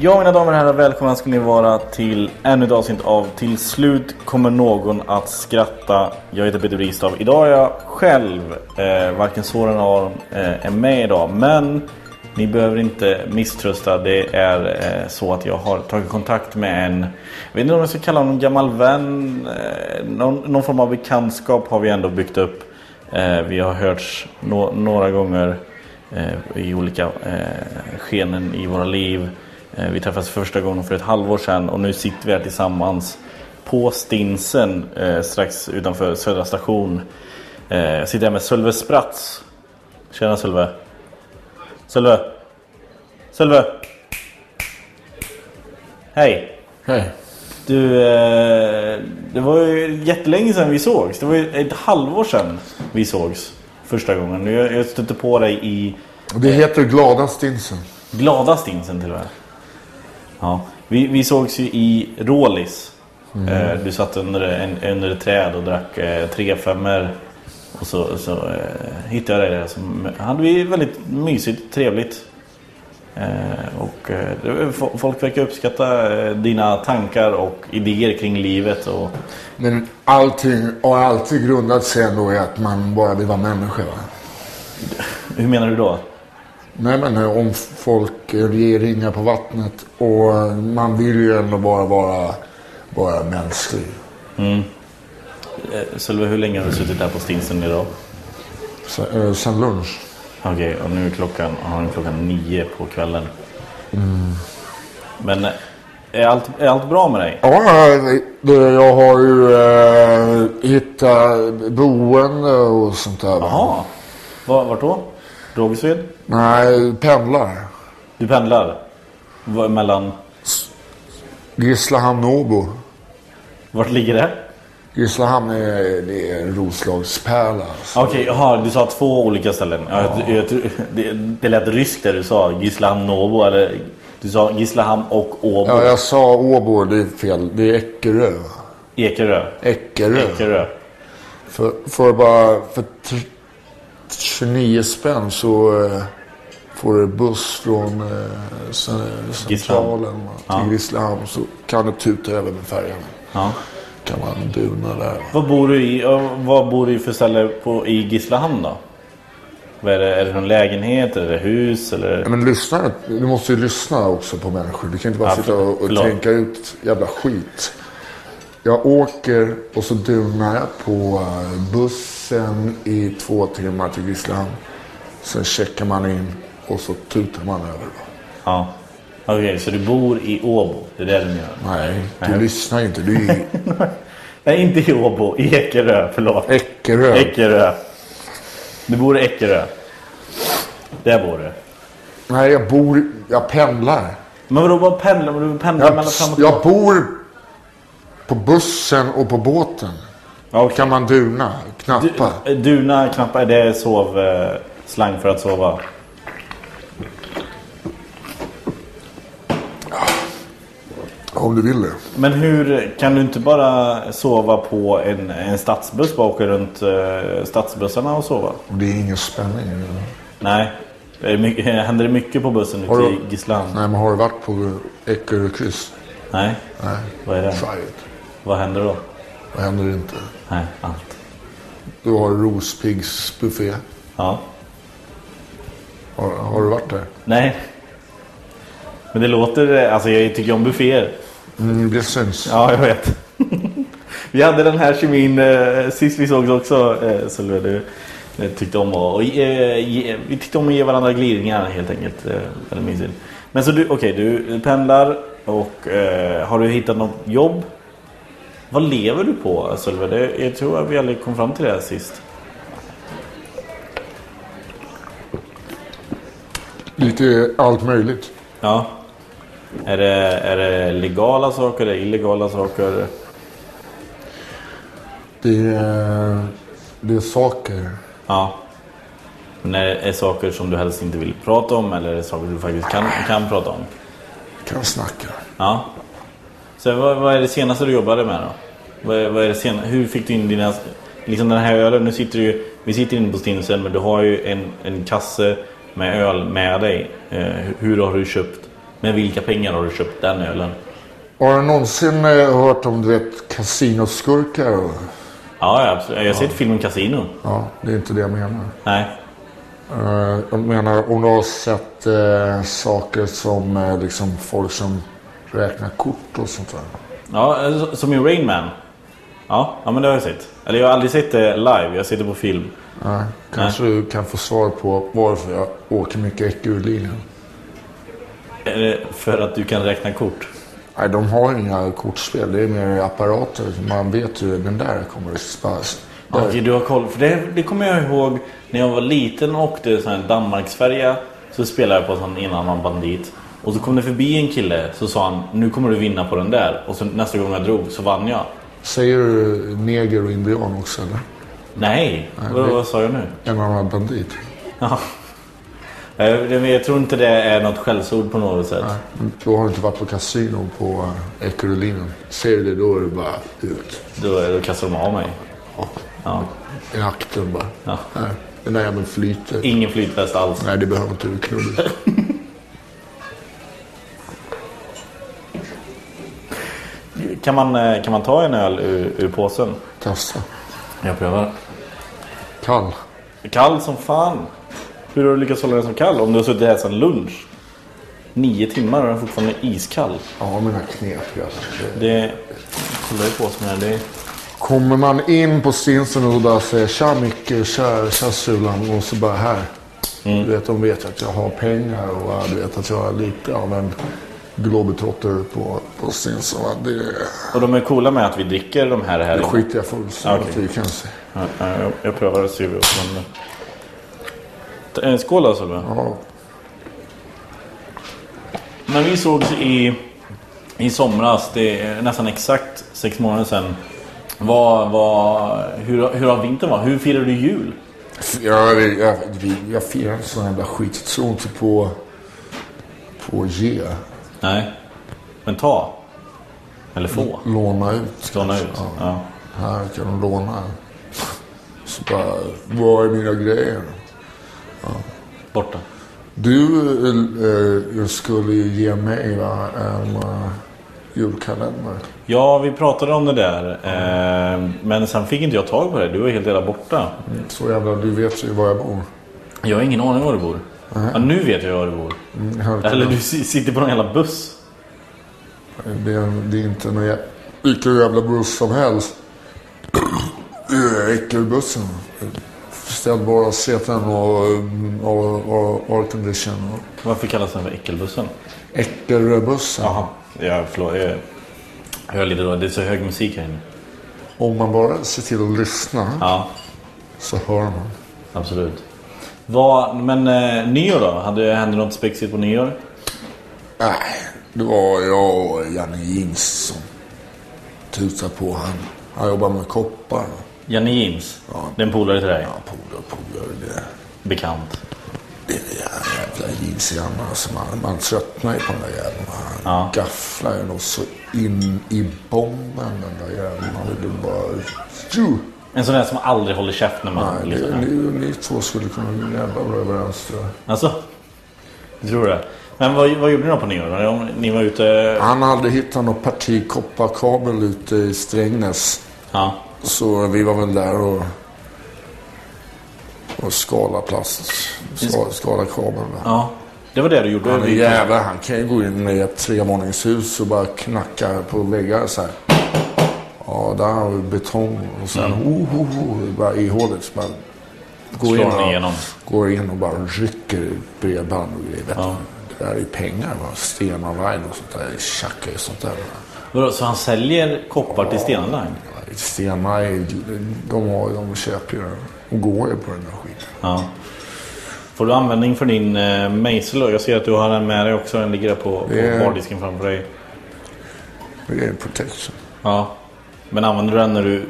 Ja, mina damer och herrar, välkomna ska ni vara till ännu ett avsnitt av Till slut kommer någon att skratta. Jag heter Peter Bristav. Idag är jag själv. Eh, varken Soren Aron eh, är med idag, men ni behöver inte misströsta. Det är eh, så att jag har tagit kontakt med en, jag vet inte om jag ska kalla honom gammal vän. Eh, någon, någon form av bekantskap har vi ändå byggt upp. Eh, vi har hörts nå- några gånger eh, i olika eh, skenen i våra liv. Eh, Vi träffades första gången för ett halvår sedan och nu sitter vi här tillsammans på Stinsen eh, strax utanför Södra station. Eh, Jag sitter här med Sölve Spratz. Tjena Sölve. Sölve. Sölve. Hej. Hej. Du, eh, det var ju jättelänge sedan vi sågs. Det var ju ett halvår sedan vi sågs första gången. Jag jag stötte på dig i Det heter Glada Stinsen. Glada stinsen till och med. Ja. Vi, vi sågs ju i Rålis. Eh, du satt under, en, under ett träd och drack eh, tre femmor. Och så, så eh, hittade jag dig där. Som, hade vi väldigt mysigt, trevligt. Eh, och, eh, det- fo- folk verkar uppskatta eh, dina tankar och idéer kring livet. Och, Men allting har alltid grundat sig ändå i att man bara vill vara människa. Va? hur menar du då? Nej men eh, om folk eh, ger ringar på vattnet och eh, man vill ju ändå bara vara, vara mänsklig. Eh, Sölve, hur länge har du suttit där på Stinsen idag? Så, eh, Sen lunch. Okej, och nu är klockan, har den klockan nio på kvällen. Men eh, är allt, är allt bra med dig? Ja, eh, det- jag har ju eh, hittat boende och sånt där. va. Jaha. Va- Vart då? Rågsved? Nej, pendlar. Du pendlar? Va- Mellan... Grisslehamn, Åbo. Vart ligger det? Grisslehamn är, det är en Roslagspärla. alltså. Okej, jaha. Du sa två olika ställen. Ja. Jag, jag, tror- det, det lät ryskt det du sa. Gislahamn, Novo eller... Du sa Gislahamn och Åbo. Ja, jag sa Åbo, det är fel. Det är Eckerö. va? Ekerö. Eckerö. Ekerö. För, för bara för tr- 29 spänn så eh, får du buss från eh, cen- centralen va, till Grisslehamn. Så kan du tuta över med färjan. Ja. Kan man duna där. Vad bor du i? ja, Vad bor du i för ställe på, i Gislahamn då? Vad är det? Är det någon lägenhet? Är det hus? Eller... Ja, Men lyssna, du måste ju lyssna också på människor. Du kan inte bara Ja, sitta och, och förlåt. tänka ut jävla skit. Jag åker och så dunar jag på eh, bussen i två timmar till Grisslehamn. Sen checkar man in och så tutar man över. då. Ja. Okej, så du bor i Åbo? Det är det du menar? Nej, du lyssnar inte. Du är i Nej, inte i Åbo. I Ekerö. Förlåt. Eckerö. Eckerö. Du bor i Eckerö. Där bor du. Nej, jag bor... Jag pendlar. Men vadå, vad pendlar men du? Pendlar Jag, mellan fram och jag bor på bussen och på båten. Ja, okej. Kan man duna? Knappa? Du- Duna knappar, det är sov, eh, slang för att sova. Om du vill det. Men hur kan du inte bara sova på en, en stadsbuss? Bara åka runt eh, stadsbussarna och sova? Det är ingen spänning. i det. Nej. Är det mycket, händer det mycket på bussen Har ute du- i Gisslan? Nej, men har du varit på Ekerökryss? Nej. Nej. Vad är det? Try it. Vad händer då? Vad händer inte? Nej, allt. Du har rospiggsbuffé. Ja. Har, har du varit där? Nej. Men det låter... Alltså jag tycker om bufféer. Mm, det syns. Ja, jag vet. vi hade den här kemin eh, sist vi sågs också. Eh, så du eh, tyckte om att, och, eh, ge, vi tyckte om att ge varandra gliringar helt enkelt. Eh, väldigt mysigt. Men så du, okej, du pendlar och eh, har du hittat något jobb? Vad lever du på Sölve? Det- Jag tror att vi aldrig kom fram till det här sist. Lite allt möjligt. Ja. Är det, är det legala saker? Är det illegala saker? Det är, det är saker. Ja. Men är är saker som du helst inte vill prata om eller är det saker du faktiskt kan, kan prata om? Kan snacka. Ja. Så vad, vad är det senaste du jobbade med då? Vad, är- vad är det sen, hur fick du in dina... Liksom den här ölen, nu sitter du ju... Vi sitter inne på Stinsen men du har ju en, en kasse med öl med dig. Eh, hur- hur har du köpt? Med vilka pengar har du köpt den ölen? Har du någonsin eh, hört om du vet kasinoskurkar? och- Ja, ja, absolut. Jag har sett filmen Casino. Ja, det är inte det jag menar. Nej. Eh, Jag menar om du har sett eh, saker som eh, liksom folk som räknar kort och sånt där. Ja, eh, så- som i Rain Man. Ja, ja, men det har jag sett. Eller jag har aldrig sett det live, jag har sett det på film. Nej, kanske du kan få svar på varför jag åker mycket ekurrlinjen. Är det För att du kan räkna kort. Nej, de har inga kortspel. Det är mer apparater. Man vet ju, den där kommer det spas. Ja, Okej, du har koll. För det, det kommer jag ihåg när jag var liten och åkte sån här Danmarksfärja. Så spelade jag på en sån en annan bandit. Och så kom det förbi en kille så sa han nu kommer du vinna på den där. Och så nästa gång jag drog så vann jag. Säger du neger och indian också eller? Nej, vad, det- vad sa jag nu? En annan bandit. Ja. Eh, det- Jag tror inte det är något skällsord på något sätt. Då har du inte varit på kasino på eh, ekurrlinjen. Säger du det då är det bara ut. Då, då kastar de av mig. Ja. I akten bara. Ja. Nej, den där jäveln flyter. Ingen flytväst alls. Nej, det behöver inte du knulla. Kan man, eh, kan man ta en öl ur, ur påsen? Testa. Jag prövar. Kall. Kall som fan. Hur har du lyckats hålla den som kall om du har suttit här sedan lunch? Nio timmar och den är fortfarande iskall. Ja, mina knep. Alltså. Det... Kolla ju på oss med det. Kommer man in på stinsen och bara säger tja Micke, tja, tja Sulan och så bara här. Mm. Du vet, de vet att jag har pengar och ja, du vet att jag är lite av en globetrotter på, på stinsen. va. Det, Och de är coola med att vi dricker de här här. det skiter jag fullständigt Okej. i kan jag säga. Ja, ja, jag, jag provar och ser vad som händer. Ta- eh, Skål då Solveig. Ja, När vi sågs i, i somras, det är nästan exakt sex månader sedan. Vad, vad, hur, har- hur har vintern varit? Hur firar du jul? jag, jag, vi- jag firar inte sån jävla skit. Jag tror inte på, på ge. Nej. Men ta. Eller få. Låna ut. Låna kanske. ut. Mm. Ja. Ja. Här kan de låna. Så bara, vad är mina grejer? Borta. Du eh, eh, skulle ju ge mig va, en eh, julkalender. Ja, vi pratade om det där. Eh, men sen fick inte jag tag på det. Du var helt jävla borta. Så jävla, du vet ju var jag bor. Jag har ingen aning var du bor. Ja, nu vet jag var du bor. Mm, här- Eller du si- sitter på en jävla buss. Det, är- det är inte någon jä- vilken jävla buss som helst. Det är Äckelbussen. Ställbara säten och, eh, och, och aircondition. och Varför kallas den för Äckelbussen? Äckelbussen. Jaha. Ja, förlåt. Jag jag hör lite då. Det är så hög musik här inne. Om man bara ser till att lyssna Ja, så hör man. absolut. Vad, men eh, nyår då? Hade, hände något spexigt på nyår? Nej, det var jag och Janne Jings som tutade på. Han, han jobbar med koppar. Janne Jims? Det är en polare till dig? Ja, polare, polare. Det, Bekant? det är en jävla jeans i armarna. Alltså man, man tröttnar ju på den där jäveln. Han Ja. gafflar ju något så in i bomben den där jäveln. Man vill ju bara... Tju! En sån där som aldrig håller käft när man... Nej, lyssnar. det, ni, ni två skulle kunna bli jävla bra överens tror jag. Alltså? Jag tror det. Men vad, vad gjorde ni då på nyår? Om Ni var ute... Han hade hittat något parti kopparkabel ute i Strängnäs. Ja. Så vi var väl där och, och skala plast, ska- skala kabeln. va. ja. Det var det du gjorde? Han är Vi- jävla, han kan ju gå in i ett trevåningshus och bara knacka på väggar så här. Ja, där har vi betong och sen ho, ho, ho, bara i hålet. Så bara går Mm. Slår in han och- igenom. Går in och bara rycker i bredband och grejer. vet Ja. du. Det där är ju pengar. va. Sten online och sånt där. Tjacka och sånt där. va. Vadå, så han säljer koppar till Stena Line? Stena, är- de, har, ju- de köper ju den. De går ju på den där skiten. Ja. Får du användning för din eh, mejsel då? Jag ser att du har den med dig också. Den ligger där på, på Det- harddisken framför dig. Det är protection. Ja. Men använder du den när du...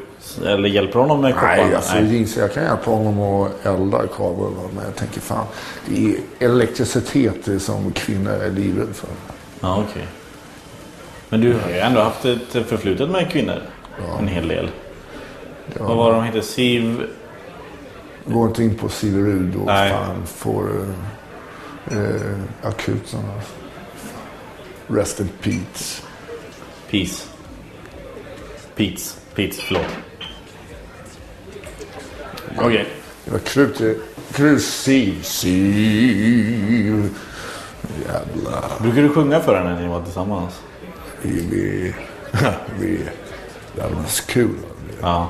Eller hjälper honom med koppar? Nej, alltså, jag inser- jag kan hjälpa honom att elda kabel. va, Men jag tänker fan, det är elektricitet det är som kvinnor är livrädd för. Ja, okej. Men du har ju ändå haft ett förflutet med kvinnor. En hel del. Vad var de hette? Siv... Gå inte in på Silverud och Nej. fan får eh, eh, akuten. alltså. Rest in peace. Peace. Peats. Peats, förlåt. Okej. Det var krut, krusiv, siv. Jävla... Brukar du sjunga för henne när ni var tillsammans? Vi... vi, vi det hade varit så kul. va. Ja.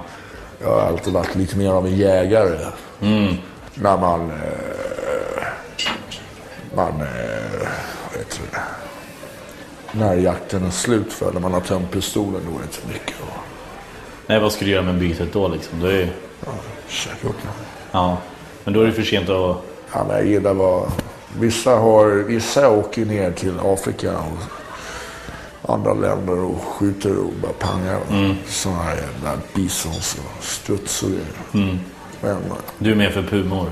Jag har alltid varit lite mer av en jägare. När man... Eh, man... Eh, vad heter det? När jakten är slut för, när man har tömt pistolen, då är det inte mycket att Nej, vad skulle du göra med bytet då liksom? Då är ju... käka upp med. Ja. Men då är det för sent att... Ja, men jag gillar vad... Vissa, har, vissa åker ner till Afrika och andra länder och skjuter och bara pangar. Mm. Sådana här jävla bisons och struts och grejer. Men eh, Du är mer för pumor.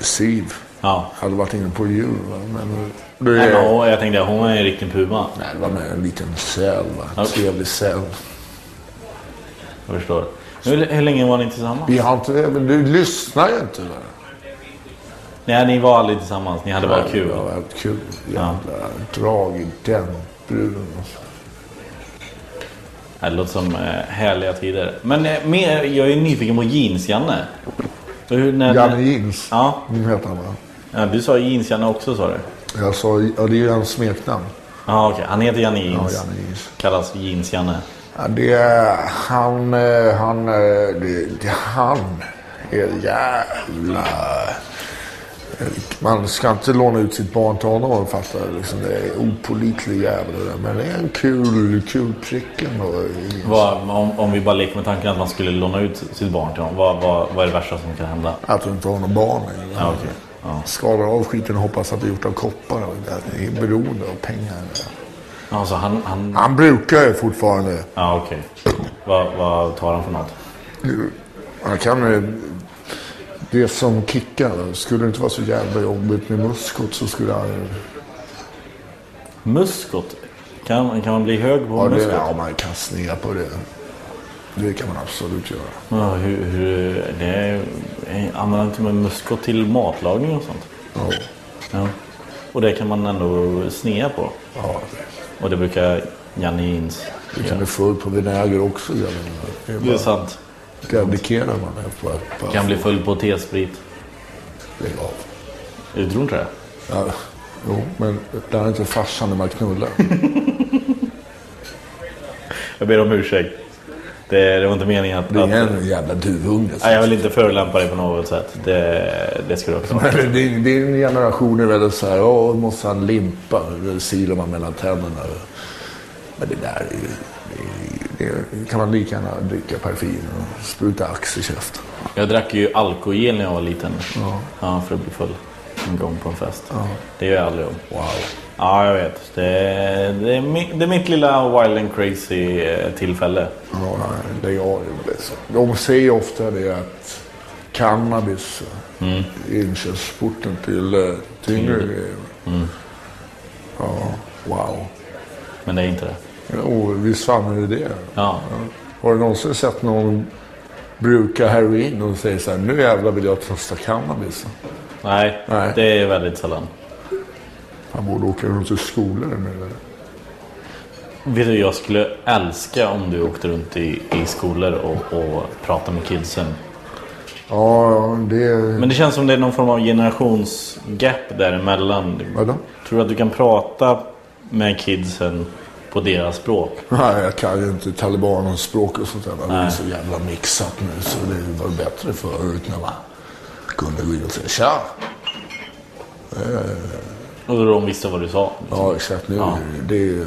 siv. Ja. Jag hade varit inne på djur. va, Men det Nej, är... men, åh, jag tänkte att hon är en riktig puma. Nej, det var med en liten cell. Va? En Okej. Trevlig cell. Jag förstår. Hur, hur länge var ni tillsammans? Vi har inte... Men du lyssnar ju inte. Va? Nej, ni var aldrig tillsammans. Ni hade bara kul. Det var väldigt kul. Jävla drag i den bruden. alltså. Ja, Det låter som eh, härliga tider. Men eh, mer, jag är nyfiken på Jeans-Janne. Och hur- när- Janne Jeans. Ja. Nu heter han va? Ja, du sa Jeans-Janne också sa du? Jag sa... Ja, det är ju hans smeknamn. Ja, okej. Han heter Janne Jeans. Ja, Janne Jeans. Kallas Jeans-Janne. Ja, det är... Han... eh, Han... eh, Det, det, han är jävla... Man ska inte låna ut sitt barn till honom, fattar du? Liksom, det är opålitlig jävel. det där. Men det är en kul, kul prick ändå. Vad, om, om vi bara leker med tanken att man skulle låna ut sitt barn till honom. Vad, vad, vad är det värsta som kan hända? Att du inte har några barn längre. Ja, okej. Ja. Skalar av skiten och hoppas att det är gjort av koppar. och det där. Det är beroende av pengar. Ja, så Alltså, han... han... Han brukar ju fortfarande. Ja, okej. Vad, vad tar han för något? Han kan ju... Det som kickar. Skulle det inte vara så jävla jobbigt med muskot så skulle han ju... Muskot? Kan, kan man bli hög på Ja, det, muskot? ja man kan snea på det. Det kan man absolut göra. Ja, hur, hur, det är, använder inte med muskot till matlagning och sånt? Ja. Ja. Och det kan man ändå snea på. ja. Och det brukar Janne Jeans Du kan göra. bli full på vinäger också. Jag menar. Det är sant. Det abdikerar man på att bara Kan bli full på T-sprit. lägga av. Du tror inte det? Ja. Jo, men det är inte farsan när man knullar. Jag ber om ursäkt. Det, det var inte meningen att... Det att är en jävla duvunge. nej, jag vill inte förolämpa dig på något sätt. Det, det ska du också ha. Men Din, din generation är väldigt så här, åh, måste han limpa? Det silar man mellan tänderna. Men det där är ju... Det, är- det kan man lika gärna dricka parfym och spruta ax i käften. Jag drack ju alkogel när jag var liten. Ja. för att bli full. En gång på en fest. Det gör jag aldrig om. Wow. Ja, jag vet. Det, det, är, mi, det är mitt lilla wild and crazy eh, tillfälle. Ja, det jag gjorde. så. De säger ofta det att cannabis är inkörsporten till eh, tyngre grejer. Ja, wow. Men det är inte det. Och visst fan är det det? Ja. Har du någonsin sett någon bruka heroin och säger så här, nu jävlar vill jag testa cannabis? Nej, Nej. det är väldigt sällan. Han borde åka runt till skolor med det där. Vet du, jag skulle älska om du åkte runt i, i skolor och, och pratade med kidsen. Ja, ja, det... Men det känns som det är någon form av generationsgap däremellan. Vadå? Tror du att du kan prata med kidsen på deras språk? Nej, jag kan ju inte talibanens språk och sånt där. va. Det är så jävla mixat nu så det var bättre förut när man kunde gå in och säga tja. Och då de visste vad du sa. Ja, exakt. Nu, det är ju...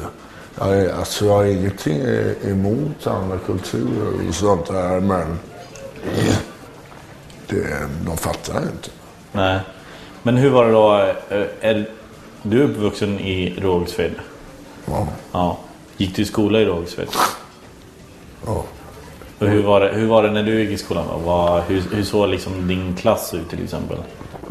Jag, är- alltså, jag har ingenting emot andra kulturer och sånt där, men... Det, de fattar inte. Nej. Men hur var det då? eh, Är, du är uppvuxen i Rågsved. Ja. Ja. Gick du i skola i Rågsved? ja. Och hur, var det, hur var det när du gick i skolan? Då? Vad- hur, hur såg liksom din klass ut till exempel?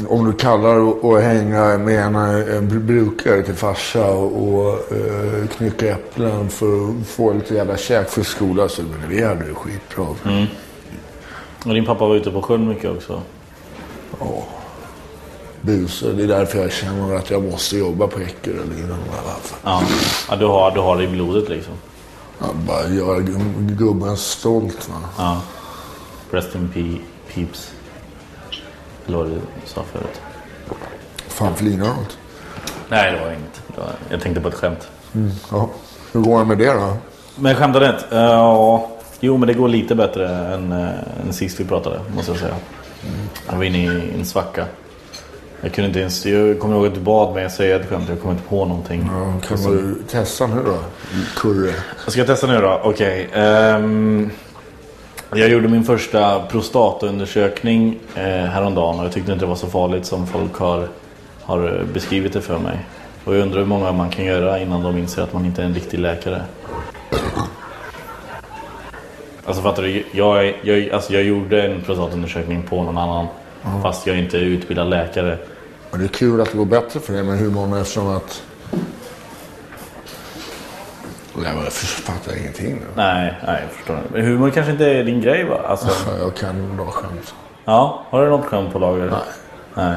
Om du kallar att hänga med en, en br- brukare till farsa och, och eh, knycka äpplen för att få lite jävla käk för skolan så men vi hade det skitbra. Och din pappa var ute på sjön mycket också. Busar. Det är därför jag känner att jag måste jobba på Eckeröliden. Ja. Ja. ja du, har, du har det i blodet liksom. Bara göra gu- gubben stolt. Va? Ja. Rest in pe- peeps. Eller vad du sa förut. Fan, flinar allt. Nej, det var inget. Det var, jag tänkte på ett skämt. Ja. Hur går det med det då? Men skämtandet. eh, Ja. Jo, men det går lite bättre än, eh, än sist vi pratade, måste jag säga. Jag var inne i en svacka. Jag kunde inte ens... Jag kommer ihåg att du bad mig säga ett skämt. Jag kommer inte på någonting. Ja, Kan du testa nu då? Kurre. Jag ska testa nu då. Okej. ehm, jag gjorde min första prostataundersökning eh, häromdagen och jag tyckte inte det var så farligt som folk har, har beskrivit det för mig. Och jag undrar hur många man kan göra innan de inser att man inte är en riktig läkare. Alltså fattar du? Jag, är- jag, alltså, jag gjorde en prostataundersökning på någon annan fast jag inte är utbildad läkare. Men det är kul att det går bättre för dig med humorn eftersom att... Nej, men jag fattar ingenting nu. Nej, nej jag förstår. Men humor kanske inte är din grej va? Alltså, Ja, Jag kan bra skämt. Ja, har du något skämt på lager? Nej.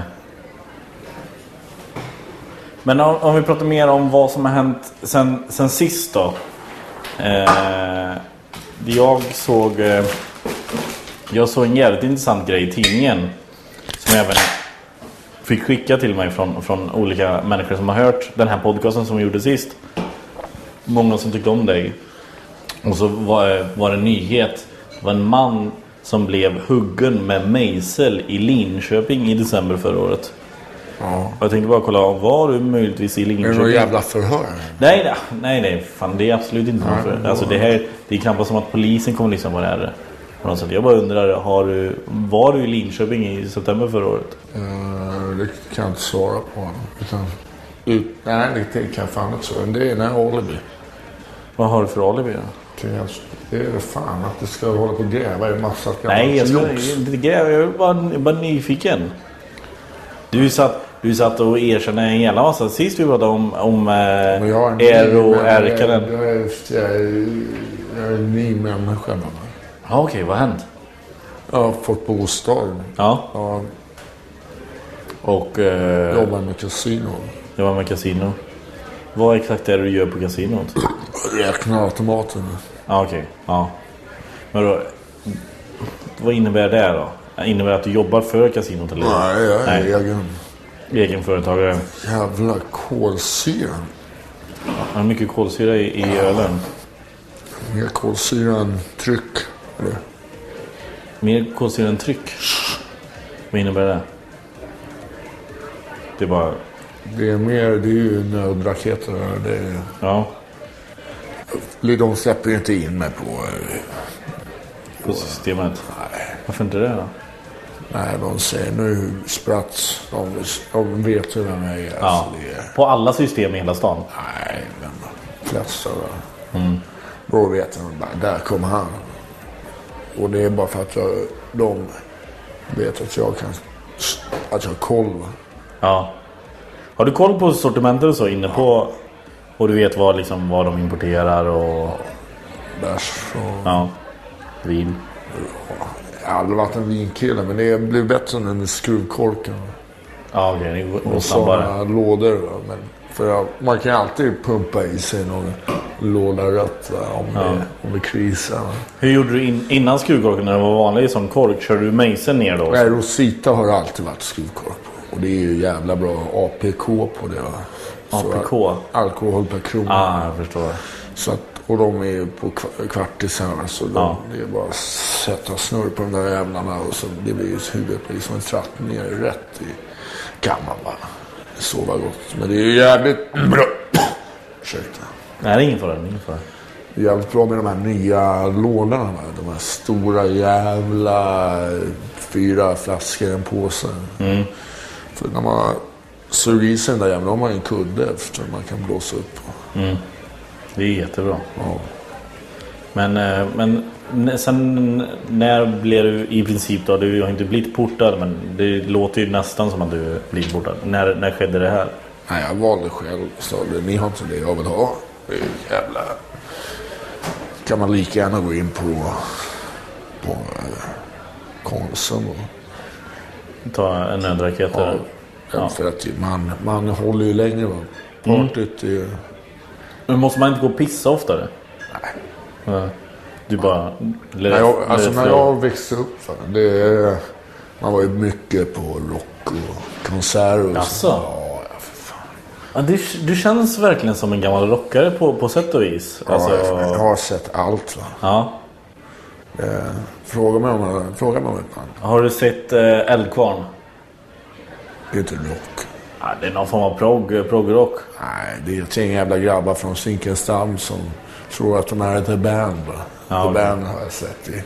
Men om, om vi pratar mer om vad som har hänt sen, sen sist då. Eh, jag såg eh, Jag såg en jävligt intressant grej i tidningen. Som jag även fick skicka till mig från, från olika människor som har hört den här podcasten som vi gjorde sist. Många som tyckte om dig. Och så var, eh, var det en nyhet. Det var en man som blev huggen med mejsel i Linköping i december förra året. Ja. Och jag tänkte bara kolla, var du möjligtvis i Är Linköping? det något jävla förhör? Nej, nej, nej, nej, fan det är absolut inte något för. Alltså det här, det är knappast som att polisen kommer lyssna på det här. På något sätt. Jag bara undrar, har du, var du i Linköping i september förra året? Eh, Det kan jag inte svara på. Utan, ut, nej, det- det kan jag fan inte svara Det är när alibi. Vad har du för alibi då? Det är alltså- Det är fan att du ska hålla på och gräva i massa gammalt Nej, jag ska jox. inte gräva. Jag är bara, jag är bara nyfiken. Du satt, du satt och erkände en jävla massa sist vi pratade om, om Men jag är en eh, ny Eero människa. Erkanen. Jag är- jag är- jag är en ny människa. va. Ja, okej. vad har hänt? Jag har fått bostad. Ja, Jag och eh, jobbar med kasinon. det var med kasino. Vad exakt är det du gör på kasinot? Räknar automaten. Ja, okej. Ja. Men då, vad innebär det då? Innebär det att du jobbar för kasinot? Eller? Nej, jag är Nej, egen. egenföretagare. Jävla kolsyra. Har du mycket kolsyra i, i ölen? Mer kolsyra än tryck. Eller? Mer kolsyra än tryck? Vad innebär det? Det är bara... Det är mer, det är ju nödraketer. Det är, Ja. de släpper ju inte in mig på... eh, På systemet. Varför inte det då? Nej, de säger nu spratt. De, de vet ju vem jag är. Alltså, det är På alla system i hela stan? nej, men de flesta. Va? Då vet de bara, där kom han. Och det är bara för att jag, de vet att jag kan... Att jag har koll. Va? Ja. Har du koll på sortimentet och så inne på... Och du vet vad, liksom, vad de importerar och... Bärs och... Ja. Vin. Jag har aldrig varit en vinkille, men det blev bättre än den med skruvkorken. Ja, okej. Det går- går Och snabbare. sådana lådor. va. Men för jag, man kan alltid pumpa i sig någon låda rött va, om, det, om det krisar. va. Hur gjorde du in, innan skruvkorken när den var vanlig som kork? Körde du mejseln ner då? Nej, Rosita har alltid varit skruvkork på. Och det är ju jävla bra APK på det. Va? Så APK? att- Alkohol per krona. Ah, jag förstår. Så att, och de är ju på kva- kvartisar. Så de, det är bara att sätta snurr på de där jävlarna. Och så det blir ju huvudet blir som en tratt ner rätt i kan man bara sova gott. Men det är ju jävligt bra. Ursäkta. Nej, det är ingen fara. det är ingen fara. Det är jävligt bra med de här nya lådorna. va. De här stora jävla fyra flaskor i en påse. Mm. För när man suger i sig den där jäveln, då har man ju en kudde eftersom man kan blåsa upp. Det är jättebra. Ja. Men, eh, men n- sen när blev du i princip då? Du har inte blivit portad men det låter ju nästan som att du blivit portad. När, när skedde det här? Nej, jag valde själv. Sa det. Ni har inte det jag vill ha. Det är ju jävla... kan man lika gärna gå in på, på eh, Konsum och... Ta en nödraket där. Ja. Mm. För att man, man håller ju längre. Va? Partyt är ju... Men måste man inte gå och pissa oftare? Nej. Du bara... När jag, alltså när jag växte upp, va, det, man var ju mycket på rock och konserter. och så. Jaså? Ja, ja, för fan. Ja, du, du känns verkligen som en gammal rockare på, på sätt och vis. Alltså, ja, jag ja, har sett allt. Va? Fråga mig om, fråga mig om ett band. Har du sett eh, Eldkvarn? Det är inte rock. Ja, det är någon form av prog, eh, progrock. Nej, det är ett gäng jävla grabbar från Zinkensdamm som tror att de är ett band. Va? Ja, the okej. band har jag sett i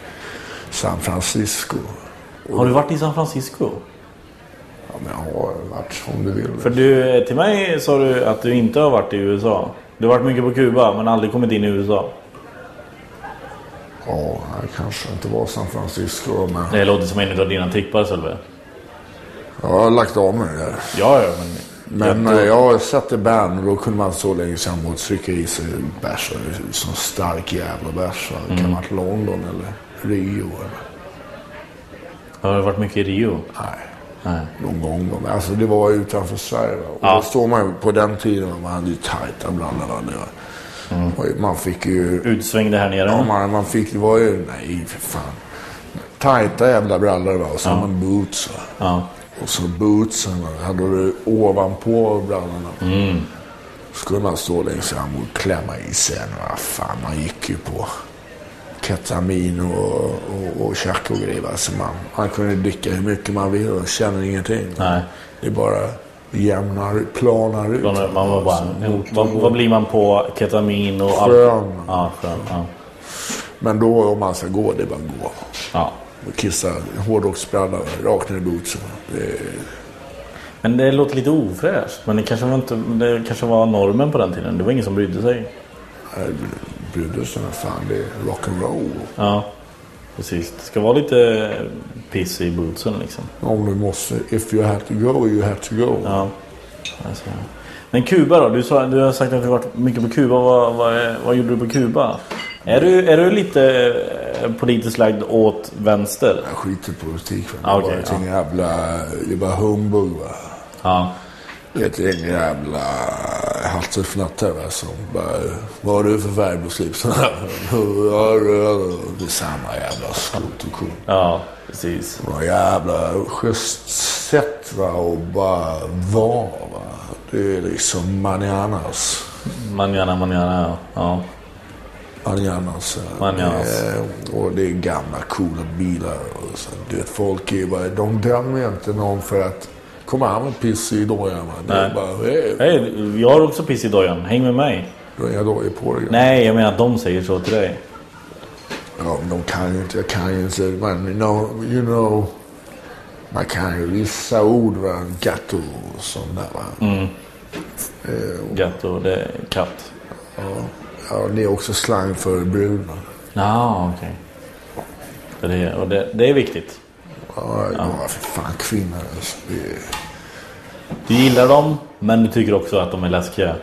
San Francisco. Har du varit i San Francisco? Ja, men jag har varit om du vill. För du, eh, till mig sa du att du inte har varit i USA. Du har varit mycket på Kuba men aldrig kommit in i USA. Ja, jag kanske inte var San Francisco, men Det låter som en av dina trippar Sölve. jag har lagt av mig det där. Ja, ja, men... Men eh, jag satte band och då kunde man så länge sedan bara trycka i sig bärs. eh, Som stark jävla bärs. va. Mm. Det kan ha varit London eller Rio. Eller. Har du varit mycket i Rio? Nej. Nej. någon gång. va. Men Alltså det var ju utanför Sverige. Va? Och Ja. då står man ju på den tiden, va, man hade ju tajta brallor. va. Det var- Mm. och Man fick ju... Utsvängde här nere? Ja, man, man fick... Det var ju... Nej, för fan. Tajta jävla brallor va? och så hade man boots. Va? Ja. Och så bootsen va, hade du ovanpå brallorna. Mm. Skulle man stå längst fram och klämma i sig en. va. Fan, man gick ju på ketamin och, och, och tjack och grejer. va. Så man, man kunde dricka hur mycket man ville och känner ingenting. Nej. Det bara jämnar, planar ut. Man, man var bara... Vad, vad blir man på? Ketamin och... Skön. Ja, skön. Ja. Men då om man ska gå, det är bara att gå. ja. Och Kissa hårdrocksbralla rakt ner i bootsen. Det är- Men det låter lite ofräscht. Men det kanske, var inte, det kanske var normen på den tiden. Det var ingen som brydde sig. Jag brydde sig inte, fan. Det är rock'n'roll. Ja, precis. Det ska vara lite piss i bootsen liksom. Om du måste. If you have to go, you have to go. Ja. Alltså. Men Kuba då? Du, sa, du har sagt att du har varit mycket på Kuba. Vad, vad, är- vad gjorde du på Kuba? Är du, är du lite eh, politiskt lagd åt vänster? Jag skiter i politik. va. Det Ah, är okej, bara ett ja. gäng jävla... Det är bara humbug. Va? Ja. Det är ett gäng jävla hattefnattar va, som bara... Vad har du för färg på slipsen? Ja, röd. Det är samma jävla skot och kung. Ja, precis. Några jävla schysst sätt va, och bara vara. Va. Det är liksom manjanas. Manana, manana. Ja. Manjanas. ja. Manjanas. Eh, Och det är gamla coola bilar. Och så, du vet, folk är ju bara, de dömer ju inte någon för att komma han med piss i dojan. va. Det är bara, hej, Hej, jag har också piss i dojan. Häng med mig. du har inga dojor på dig. Nej, jag menar att de säger så till dig. Ja, men de kan ju inte, jag kan ju inte. Men you know, you know man kan ju vissa ord, va, gatto och sånt där. Va. Gatto, det är katt. Ja, det är också slang för brud. va. Ja, okej. För Det, och det, det är viktigt. Ja, ja. för fan kvinnor alltså. Det är... Du gillar dem, men du tycker också att de är läskiga.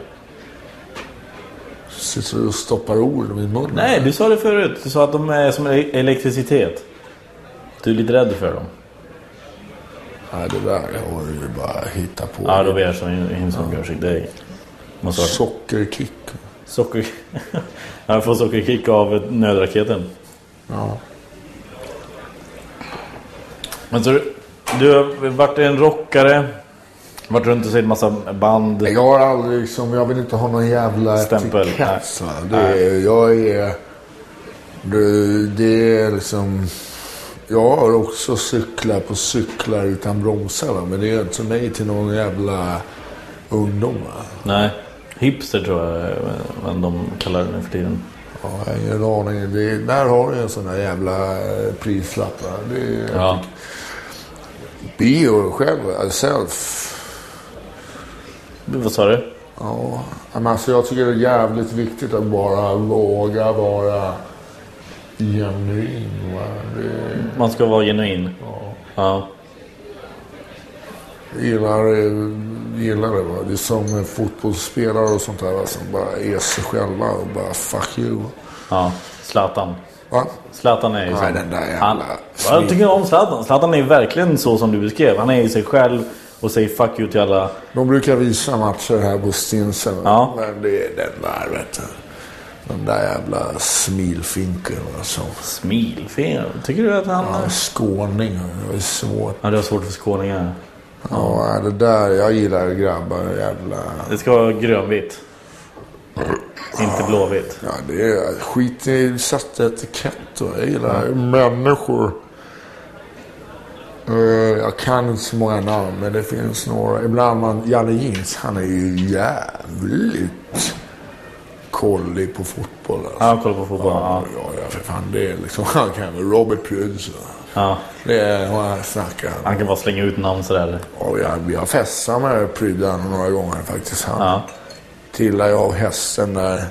Sitter du och stoppar ord i min mun? Nej, du sa det förut. Du sa att de är som ele- elektricitet. Du är lite rädd för dem. Nej, det där har du ju bara hittat på. Ja, då blir jag som en som gör sig dig. Måste ha Sockerkick. socker... jag får sockerkick av nödraketen. Ja. Men så du, du har varit en rockare. Varit runt och sett massa band. Jag har aldrig liksom, jag vill inte ha någon jävla Stämpel. Nej. etikett. så. Det är, jag är... Det, det är liksom... Jag har också cyklar på cyklar utan bromsar. va, Men det gör inte mig till någon jävla ungdom. va. Nej. Hipster tror jag vad de kallar det nu för tiden. Ja, jag har ingen aning. Det, där har du en sån där jävla eh, prislapp. va. Det är, Ja. Bio själv, eh, self. Vad sa du? Ja, men alltså jag tycker det är jävligt viktigt att bara våga vara genuin. Va? Det, Man ska vara genuin. Ja. gillar, gillar det. Va? Det är som fotbollsspelare och sånt där va, som bara är sig själva och bara fuck you. Ja. Zlatan. Va? Zlatan är ju Nej, sån. den där jävla han, Jag tycker om Zlatan. Zlatan är ju verkligen så som du beskrev. Han är i sig själv och säger fuck you till alla. De brukar visa matcher här på Stinsen. va. Ja. Men det är den där vet du. Den där jävla smilfinken. Va? Som, Smilfel. Tycker du att han... ja, skåning. Det är svårt. Ja, du har svårt för skåningar. Ja, det där. Jag gillar grabbar. Jävla... Det ska vara grönvitt. Inte blåvitt. Ja, det är skit i satt etikett och jag gillar människor. Eh, Jag kan inte så många namn, men det finns några. Ibland man, Janne Jins, han är ju jävligt kollig på fotboll. Alltså. Han kollar på fotboll. Ja. Ja, ja, för fan. Det är liksom, han kan väl Robert Pryds. Ja. Det är vad han snackar. Han kan bara slänga ut namn sådär. Ja, jag, jag festade med Prydan några gånger faktiskt. Han Ja. trillade ju av hästen där.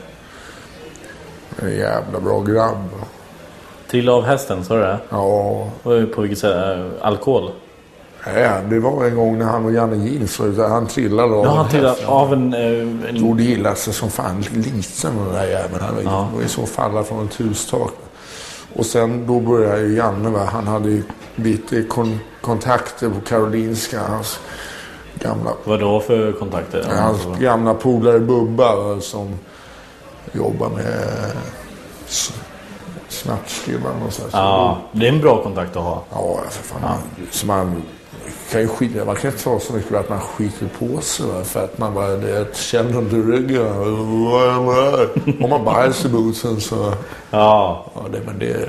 En jävla bra grabb. Trilla av hästen, sa du det? Ja, Och På vilket sätt? Eh, Alkohol? nej, det var en gång när han och Janne Jeans var ute. Han trillade av. Ja, han en trillade häst. av en... eh, en Borde gilla sig som fan liten den där jäveln. Han var var i så falla från ett hustak. Och sen då började ju Janne, va? han hade ju lite kon- kontakter på Karolinska. Hans gamla vadå för kontakter? Hans gamla polare Bubba va, som jobbar med s- smärtstillande någonstans. Ja, det är en bra kontakt att ha. Ja, för fan. Så man kan ju skita, man kan inte ta så mycket att man skiter på sig. Va? För att man bara, det känner inte i ryggen. Om man bajs i bootsen så, Ja, ja det, men det,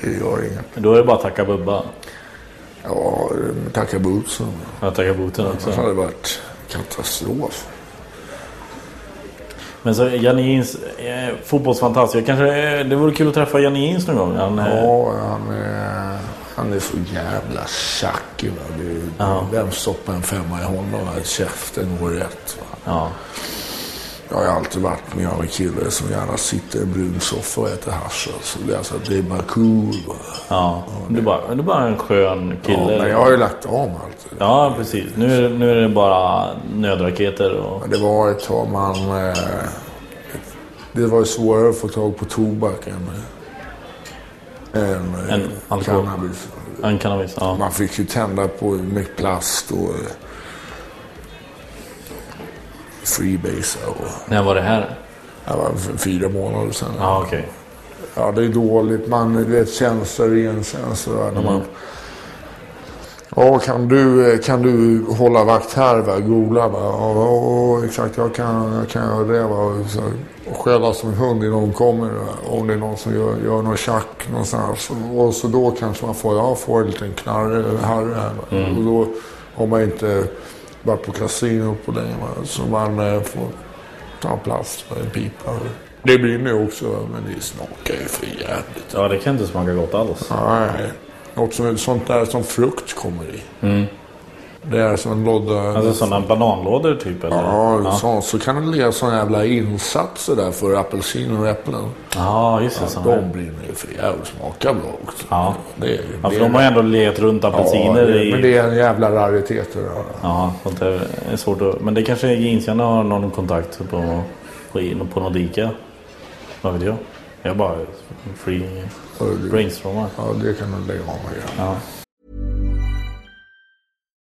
det gör inget. då är det bara att tacka Bubba. Ja, tacka bootsen. Jag tackar boten också. Annars hade det varit katastrof. Men så Janne Jins, eh, fotbollsfantast. Jag kanske, eh, det vore kul att träffa Janne Jins någon gång. Han, eh, Ja, han är, han är så jävla tjackig. Va? Det är, Vem stoppar en femma i honom? Va? Käften går rätt. Va? ja. Jag har alltid varit med om en kille som gärna sitter i en brun soffa och äter hasch. Alltså. Det är alltså, det är bara cool. Va? Ja, du är bara, du är bara en skön Ja, kille. men jag har ju lagt om allt. Ja, precis. Nu är, det- nu är det bara nödraketer och... Det var ett tag man... Eh, det var ju svårare att få tag på tobak än, än, eh, Än alkohol. cannabis. En cannabis, ja. Man fick ju tända på med plast och eh, freebase och När var det här? det var f- fyra månader sedan. Ja, okej. Ja, det är dåligt. Man du vet känslor är en känsla. där Mm. När man... Ja, kan du, eh, kan du hålla vakt här? Va? Gola, va? Ja, ja, ja, exakt. Jag kan, jag kan göra det. Va? Och Så, och skälla som en hund när någon kommer. Va? Om det är någon som gör, gör något tjack någonstans. Och så då kanske man får, ja, får en liten knarre eller harre här. Va? Och då har man inte varit på kasino på länge. Va? Så man eh, får ta plats med en pipa. Det brinner ju också, va? men det smakar ju för jävligt. Ja, det kan inte smaka gott alls. Nej, något som, sånt där som frukt kommer i. Det är som en låda... Mm. Alltså sådana bananlådor typ, eller? ja, Så, så kan det ligga såna jävla insatser där för apelsiner och äpplen. Ja, just det. såna De här. brinner ju för jävligt och smakar bra också. Ja. Det, Ja, för de har ju ändå letat runt apelsiner det, i... Men det är en jävla raritet. det där. Ja, sånt där är svårt att... Men det kanske jeansarna har någon kontakt på, på, på något dike. Vad vet jag? Jag bara free Och det- brainstormar. Ja, det kan man lägga av med. Ja.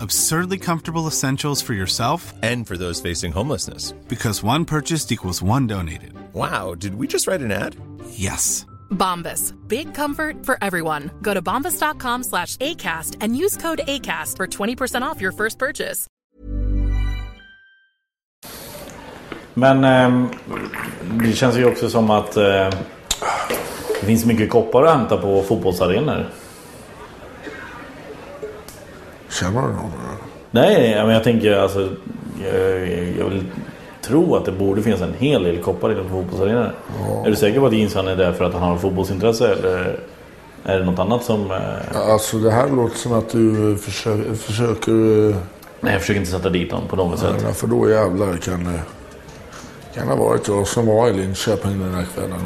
Absurdly comfortable essentials for yourself And for those facing homelessness. because one purchased equals one donated. Wow, did we just write an ad? Yes. Bombas. Big comfort for everyone. Go to bombas.com slash ACAST and use code ACAST for 20% off your first purchase. Men eh, det känns ju också som att eh, det finns mycket koppar att hämta på fotbollsarenor. Känner du någon? Nej, men jag tänker alltså... Jag, jag vill tro att det borde finnas en hel del koppar inom fotbollsarenor. Är du säker på att Jinsan är där för att han har fotbollsintresse eller är det något annat som... eh, Alltså det här låter som att du försöker... försöker eh, Nej, jag försöker inte sätta dit honom på något sätt. för då jävlar kan det... Kan det ha varit jag som var i Linköping den här kvällen.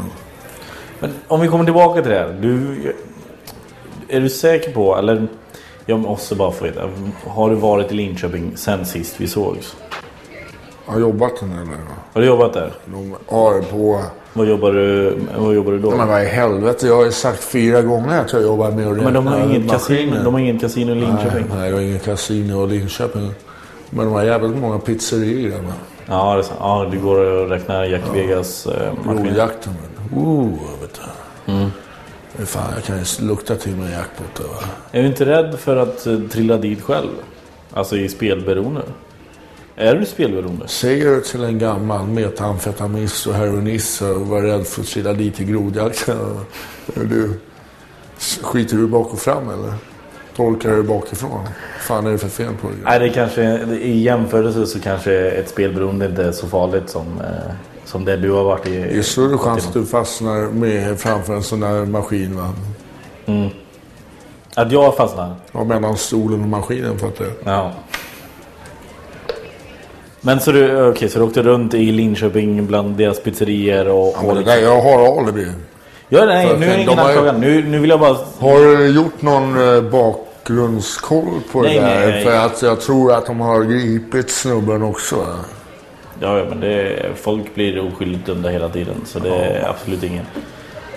Men om vi kommer tillbaka till det här. Du, är du säker på, eller jag måste bara få veta. Har du varit i Linköping sen sist vi sågs? Jag har jobbat den här dagen. Har du jobbat där? De har på... Vad jobbar du, vad jobbar du då? Men vad i helvete, jag har ju sagt fyra gånger att jag jobbar med att Men de har räkna inget kasino, de har ingen kasino i Linköping. Nej, jag har inget kasino i Linköping. Men de har jävligt många pizzerior där med. Ja, det, är sant. ja, det går att räkna Jack Vegas eh, matcher. Rovjakten. men. Ooh, vet du. Mm. Fan, jag kan ju lukta till mig jackpot där, va. Är du inte rädd för att eh, trilla dit själv? Alltså i spelberoende? Är du spelberoende? Säger du till en gammal metamfetaminist och heroinist och var rädd för att trilla dit i grodjakten. Är Du, skiter du bak och fram eller? Tolkar du bakifrån? fan är det för fel på dig? Nej, det kanske, i jämförelse så kanske ett spelberoende inte är så farligt som, eh, som det du har varit i. Det är större chans att du fastnar med framför en sån där maskin. Va? Att jag fastnar? Ja, mellan stolen och maskinen fattar du. Ja. Men så du, okay, så du åkte runt i Linköping bland deras pizzerier och... Ja, men det där, jag har alibi. ja, nej, nu är det De ingen har ju- anklagan. Nu, nu vill jag bara... Har du gjort någon eh, bakgrundskoll på Nej, det där? nej, nej. För att jag tror att de har gripit snubben också. Va? Ja, ja men det, folk blir oskyldigt dömda hela tiden. Så det är absolut ingen.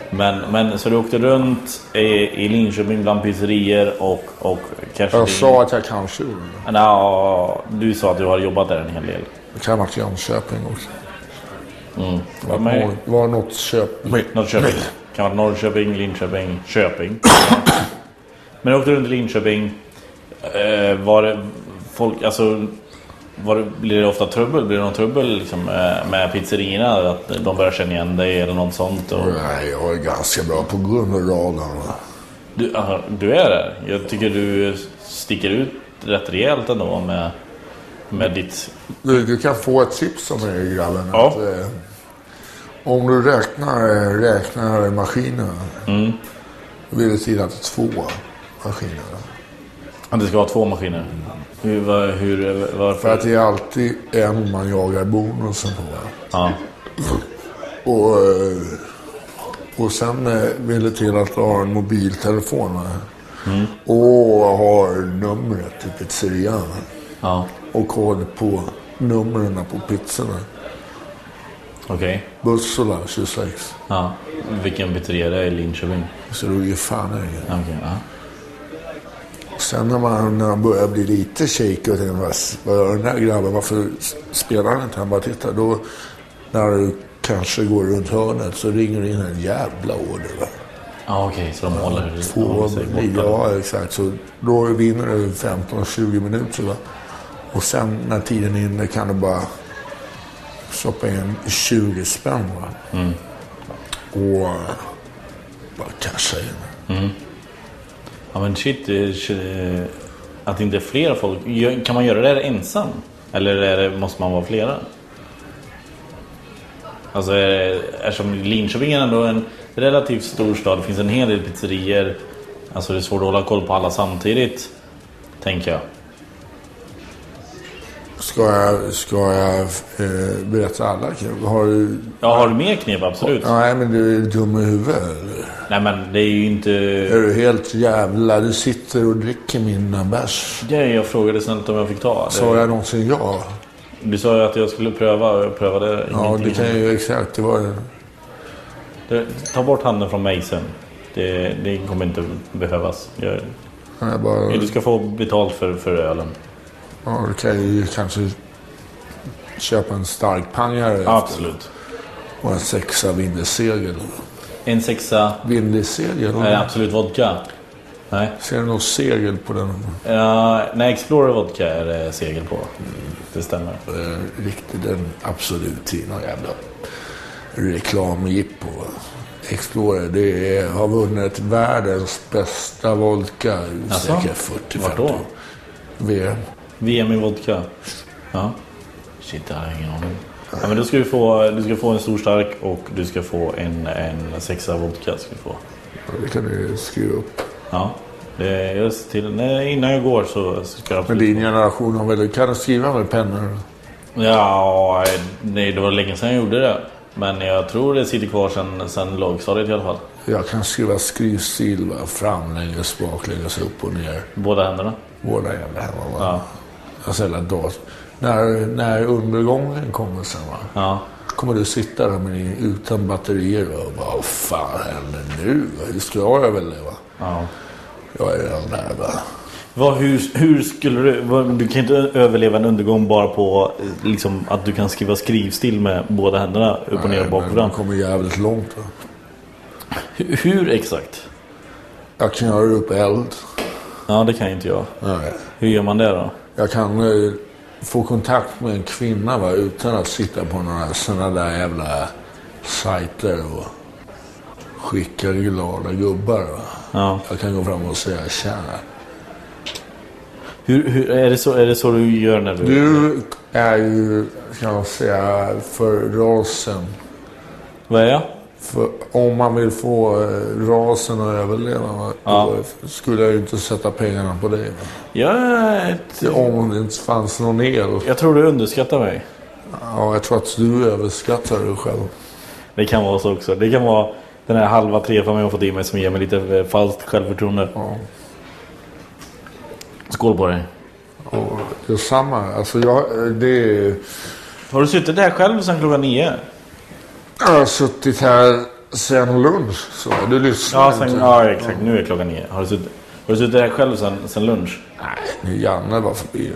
Men, men så du åkte runt i, i Linköping bland pizzerier och, och kanske... Jag sa att jag kanske gjorde det. Nå, du sa att du har jobbat där en hel del. Det kan ha varit Jönköping också. Var med- Det var något köp... Norrköping. Kan vara Norrköping, Linköping, Köping. Men jag åkte runt i Linköping. Eh, var det folk, alltså... Var det, blir det ofta trubbel? Blir det någon trubbel liksom, eh, med pizzerierna? Att de börjar känna igen dig eller något sånt? Och, Nej, jag är ganska bra på grundradarn. va. du, aha, du är där. Jag tycker du sticker ut rätt rejält ändå med, med ditt... Du, du kan få ett tips av mig grabben. Ja. Att, eh, om du räknar, eh, räknar maskinen. Mm. Då blir det till att två maskiner. Att det ska vara två maskiner. Hur, var, hur, varför? För att det är alltid en man jagar bonusen på. va. ja. Och, eh, och sen eh, vill det till att du har en mobiltelefon. va. Och har numret till pizzerian. va. ja. Och kod på numren på pizzorna. Okej. Bussola 26. Ja. Vilken pizzeria det är i Linköping? Så det är ju fan är det. Ja, Okej, ja. Sen när, man, när han började bli lite shaky och tänkte vad gör den här grabben? Varför spelar han inte? Han bara tittar. Då när du kanske går runt hörnet så ringer det in en jävla order. Va? Ja, okej. så de håller Två, håller sig borta. ja exakt. Så då vinner du 15-20 minuter. Va? Och sen när tiden är inne kan du bara stoppa in 20 spänn. Va? Mm. Och eh, bara casha in. Ja, men shit. eh, shit, eh, Att inte flera folk. Gör- Kan man göra det här ensam? Eller är det, måste man vara flera? Alltså är det, eftersom Linköping är ändå en relativt stor stad. Det finns en hel del pizzerier. Alltså det är svårt att hålla koll på alla samtidigt. Tänker jag. Ska jag, ska jag eh, berätta alla? Har du... Ja, har du mer knep? Absolut. Nej, men du är dum i huvudet. eller? Nej men det är ju inte... Är du helt jävla... Du sitter och dricker mina bärs. Det jag frågade snällt om jag fick ta. Sa jag någonsin ja? Du sa ju att jag skulle pröva och jag prövade Ja, ingenting. det kan ju... Exakt. Det var... Du, Ta bort handen från mig sen. Det, det kommer inte behövas. Jag, Jag bara... du ska få betalt för, för ölen. Ja, du kan ju kanske köpa en stark pangare. Absolut. Och en sexa vindesegel. En sexa. Vindesegel? eh, absolut vodka. Nej. Ser du något segel på den? Uh, nej, Explorer vodka är det segel på. Det stämmer. Eh, riktigt den absolut fina jävla reklamjippo. Explorer, det är, har vunnit världens bästa vodka i Jaså? säkert 40 Alltså? Vart då? 50 VM. VM i vodka. Ja. Shit, det har jag ingen aning. Ja, men då ska du, få, du ska få en stor stark och du ska få en, en sexa vodka. Ska du få. Det kan du skriva upp. Ja. Det, jag ser till, nej, innan jag går så så ska jag Men absolut din generation har väl... Kan du skriva med pennor? Ja, nej, det var länge sedan jag gjorde det. Men jag tror det sitter kvar sen, sen lågstadiet i alla fall. Jag kan skriva skrivstil va? framlänges, baklänges, upp och ner. Båda händerna. Båda jävla hemma. Va? Alltså hela datorn. När, när undergången kommer sen va? Ja. Kommer du sitta där med din, utan batterier va? och bara vad fan händer nu? Hur ska jag överleva? ja. Jag är redan där va. Vad, hur, hur skulle du... Vad, du kan inte överleva en undergång bara på eh, liksom, att du kan skriva skrivstil med båda händerna upp och ner och bak och Men man fram. kommer jävligt långt va. Hur, hur exakt? Jag kan göra upp eld. Ja, det kan ju inte jag. Nej. Hur gör man det då? Jag kan eh, få kontakt med en kvinna va? utan att sitta på några sådana där jävla sajter och skicka glada gubbar. Va? Ja. Jag kan gå fram och säga tjena. Hur, hur, är, det så, är det så du gör när du... Du är ju, kan man säga, för rasen. Vad är jag? För om man vill få eh, rasen att överleva va, då skulle jag ju inte sätta pengarna på dig. Va? Jag, är ett, Om det inte fanns någon el. jag tror du underskattar mig. Ja, jag tror att du överskattar dig själv. Det kan vara så också. Det kan vara den här halva trefan jag har fått i mig som ger mig lite eh, falskt självförtroende. Ja. Skål på dig. Och detsamma. Alltså jag, det är... Har du suttit där själv sedan klockan nio? Jag har suttit här sen lunch. Så du lyssnar Ja, sen, inte. ja exakt. Nu är klockan nio. Har du suttit, har du suttit där själv sedan sen lunch? Nej, Janne var förbi.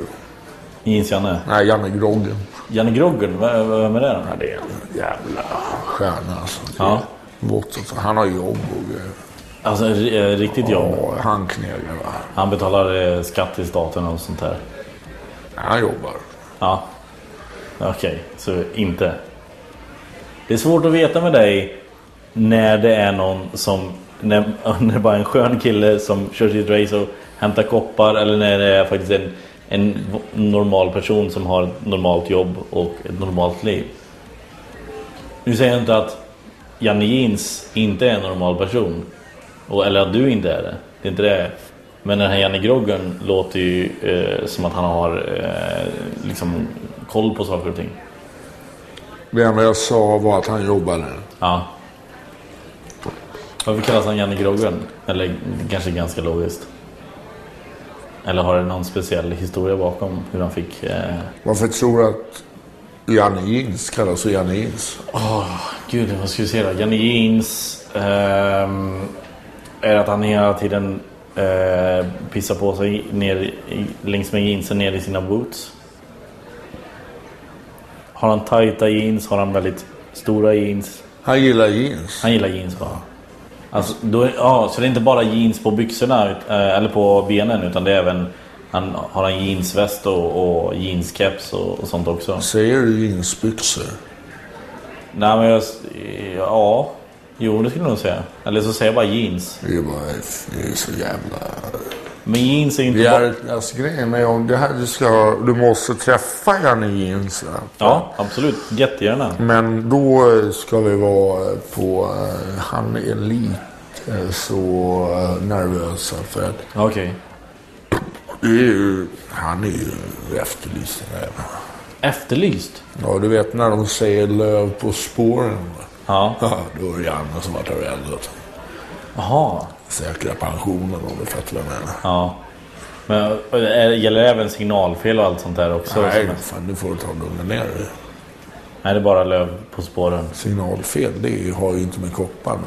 Jeans Janne. Nej, Janne Groggen. Janne Groggen, v- v- vem är det då? Det är en jävla stjärna alltså. Det är Ja. vått och- Han har jobb och grejer. Alltså ri- eh, riktigt jobb. Ja, han knegar va. Han betalar eh, skatt till staten och sånt där. Han jobbar. Ja. Okej, så inte. Det är svårt att veta med dig när det är någon som... När, när det bara är en skön kille som kör sitt race och hämtar koppar eller när det är faktiskt en, en normal person som har ett normalt jobb och ett normalt liv. Nu säger jag inte att Janne Jeans inte är en normal person. Och, eller att du inte är det. Det är inte det. Men den här Janne Groggen låter ju eh, som att han har eh, liksom koll på saker och ting. Det enda jag sa var att han jobbade. Ja. Varför kallas han Janne Groggen? Eller kanske ganska logiskt. Eller har det någon speciell historia bakom hur han fick... Eh... Varför tror du att Janne Jeans kallas för Janne Jeans? Gud, vad ska vi se då? Janne Jeans. ehm, är att han hela tiden eh, Eh, pissar på sig ner i, längs med jeansen ner i sina boots. Har han tajta jeans? Har han väldigt stora jeans? Han gillar jeans. Han gillar jeans bara. Alltså, då är, ja, så det är inte bara jeans på byxorna ut- eh, eller på benen utan det är även han har en jeansväst och, och jeanskeps och, och sånt också. Säger du jeansbyxor? Nej men jag... Ja. Jo det skulle jag nog säga. Eller så säger jag bara jeans. Det är bara det är så jävla... Men jeans är ju inte Det bara... är, alltså, grejen är om det här du ska... Du måste träffa henne i jeansen. Ja absolut. Jättegärna. Men då eh, ska vi vara på... eh, Han är lite eh, så eh, nervös här, för att Okej. det är ju, han är ju efterlyst den jäveln. Efterlyst? Ja, du vet när de säger löv på spåren. va? Ja. Ja, då är det Janne som vart har eldat. Jaha. Säkra pensionen om du fattar vad jag menar. Ja. Men är, gäller det även signalfel och allt sånt där också? Nej, Som- fan nu får du ta och lugna ner dig. Nej, det är bara löv på spåren. Signalfel, det har ju inte med koppar att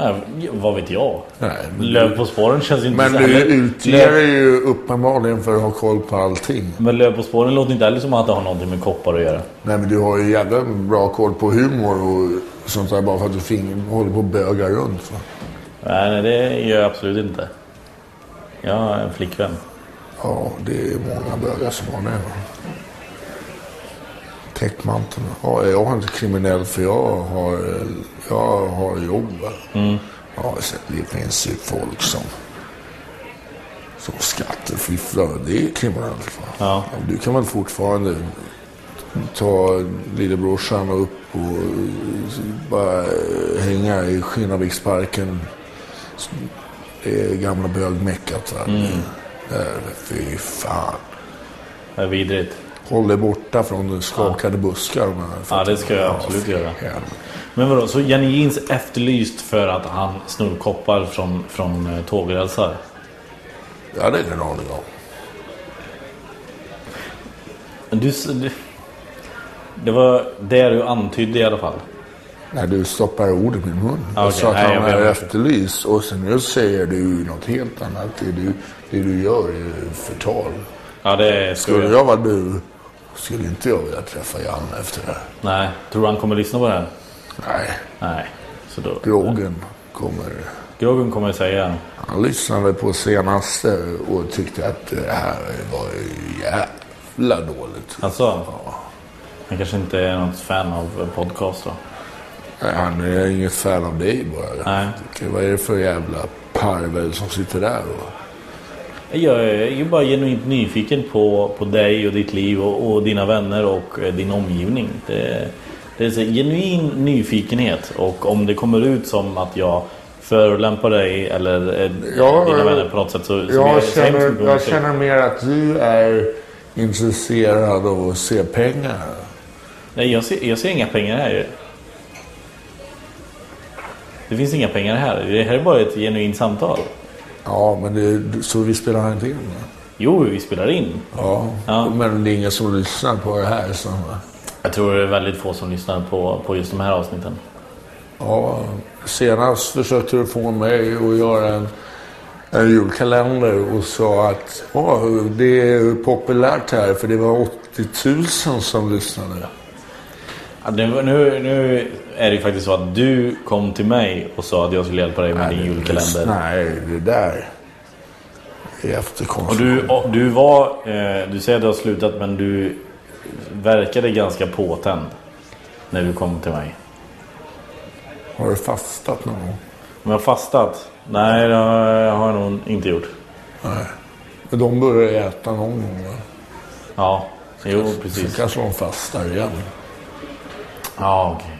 göra. Nej, vad vet jag? Nej, men Löv på spåren känns ju inte Men så du heller- utger dig ju uppenbarligen för att ha koll på allting. Men löv på spåren låter inte heller som att det har någonting med koppar att göra. Nej, men du har ju jävla bra koll på humor och sånt där bara för att du fing- håller på och bögar runt. Va? Nej, nej det gör jag absolut inte. Jag har en flickvän. Ja, det är många bögar som har det. va. Täckmanteln. Ja, jag är inte kriminell för jag har, jag har jobb. va. Ja, så det finns ju folk som, som skattefifflar. Det är kriminellt. Va? Ja. Du kan väl fortfarande ta lillebrorsan upp och bara hänga i Kinnaviksparken. Det är gamla bögmeckat. va. Där, Fy fan. Det är vidrigt. Håll dig borta från skakade buskar. om jag fattar. det ska jag absolut fy göra. helvete. Men vadå, så Jenny Jeans efterlyst för att han snor koppar från, från eh, tågrälsar? Jag hade ingen aning om. Men du, s- du... Det var det du antydde i alla fall. Nej, du stoppar ord i min mun. jag okej. sa att Nej, jag han ber är om ursäkt. efterlyst och sen nu säger du något helt annat. Det du, det du gör är ju förtal. Ja, det skulle Skulle jag. jag vara du skulle inte jag vilja träffa Janne efter det här. Nej, tror du han kommer lyssna på det här? Nej, Nej. Så då... drogen kommer. Grogun kommer säga... Han lyssnade på senaste och tyckte att det här var ju jävla dåligt. Alltså? Han kanske inte är något fan av podcast då. Nej, han är inget fan av dig bara. Nej. Okej, Vad är det för jävla parvel som sitter där då? Jag är ju bara genuint nyfiken på, på dig och ditt liv och, och dina vänner och eh, din omgivning. Det, det är så genuin nyfikenhet och om det kommer ut som att jag förolämpar dig eller eh, Ja, dina eh, vänner på något sätt så, så Jag så hemskt mycket känner, om jag ursäkt. känner mer att du är intresserad av att se pengar. Nej, jag ser, jag ser inga pengar här ju. Det finns inga pengar här. Det här är bara ett genuint samtal. Ja, men det, så vi spelar inte in. Jo, vi spelar in. Ja. Ja. men det är ingen som lyssnar på det här. Så, Jag tror det är väldigt få som lyssnar på, på just de här avsnitten. ja, senast försökte du få mig att göra en, en julkalender och sa att ja, det är populärt här för det var 80 000 som lyssnade. Ja, Nu, nu, nu är det ju faktiskt så att du kom till mig och sa att jag skulle hjälpa dig med din julkalender. Nej, det där är efterkonstruktion. Och du, och du var... Eh, du säger att du har slutat men du verkade ganska påtänd när du kom till mig. Har du fastat någon gång? Om jag har fastat? Nej, det har jag nog inte gjort. Men de börjar äta någon gång. va? Ja, jo Sen precis. kanske de fastar igen. Ja, okej.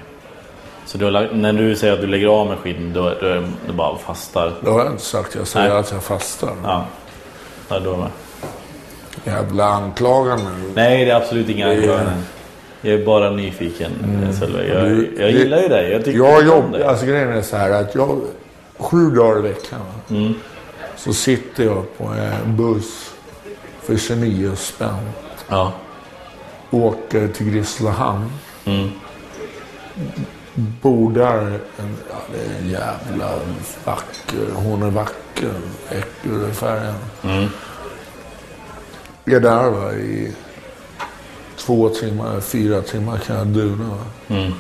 Så du har lagt, när du säger att du lägger av med skinn, då, då är det du bara fastar? Det har jag inte sagt. Jag säger Nej. att jag fastar. Ja. ja då är jag med. Jävla anklagande. Nej, det är absolut inga anklaganden. Jag är bara nyfiken, Selve. Jag, Mm. Du- jag det- gillar ju dig. Jag tycker Jag om jobbar... dig. Alltså grejen är så här att jag... Sju dagar i veckan. va? Mm. Så sitter jag på en buss för 29 spänn. Ja. Åker till Grisslehamn. Mm. Bor där. En, ja, det är en jävla vacker... Hon är vacker. äckel, äckelfärgen. Mm. Är där va, i två timmar, fyra timmar kan jag duna. Va. Mm.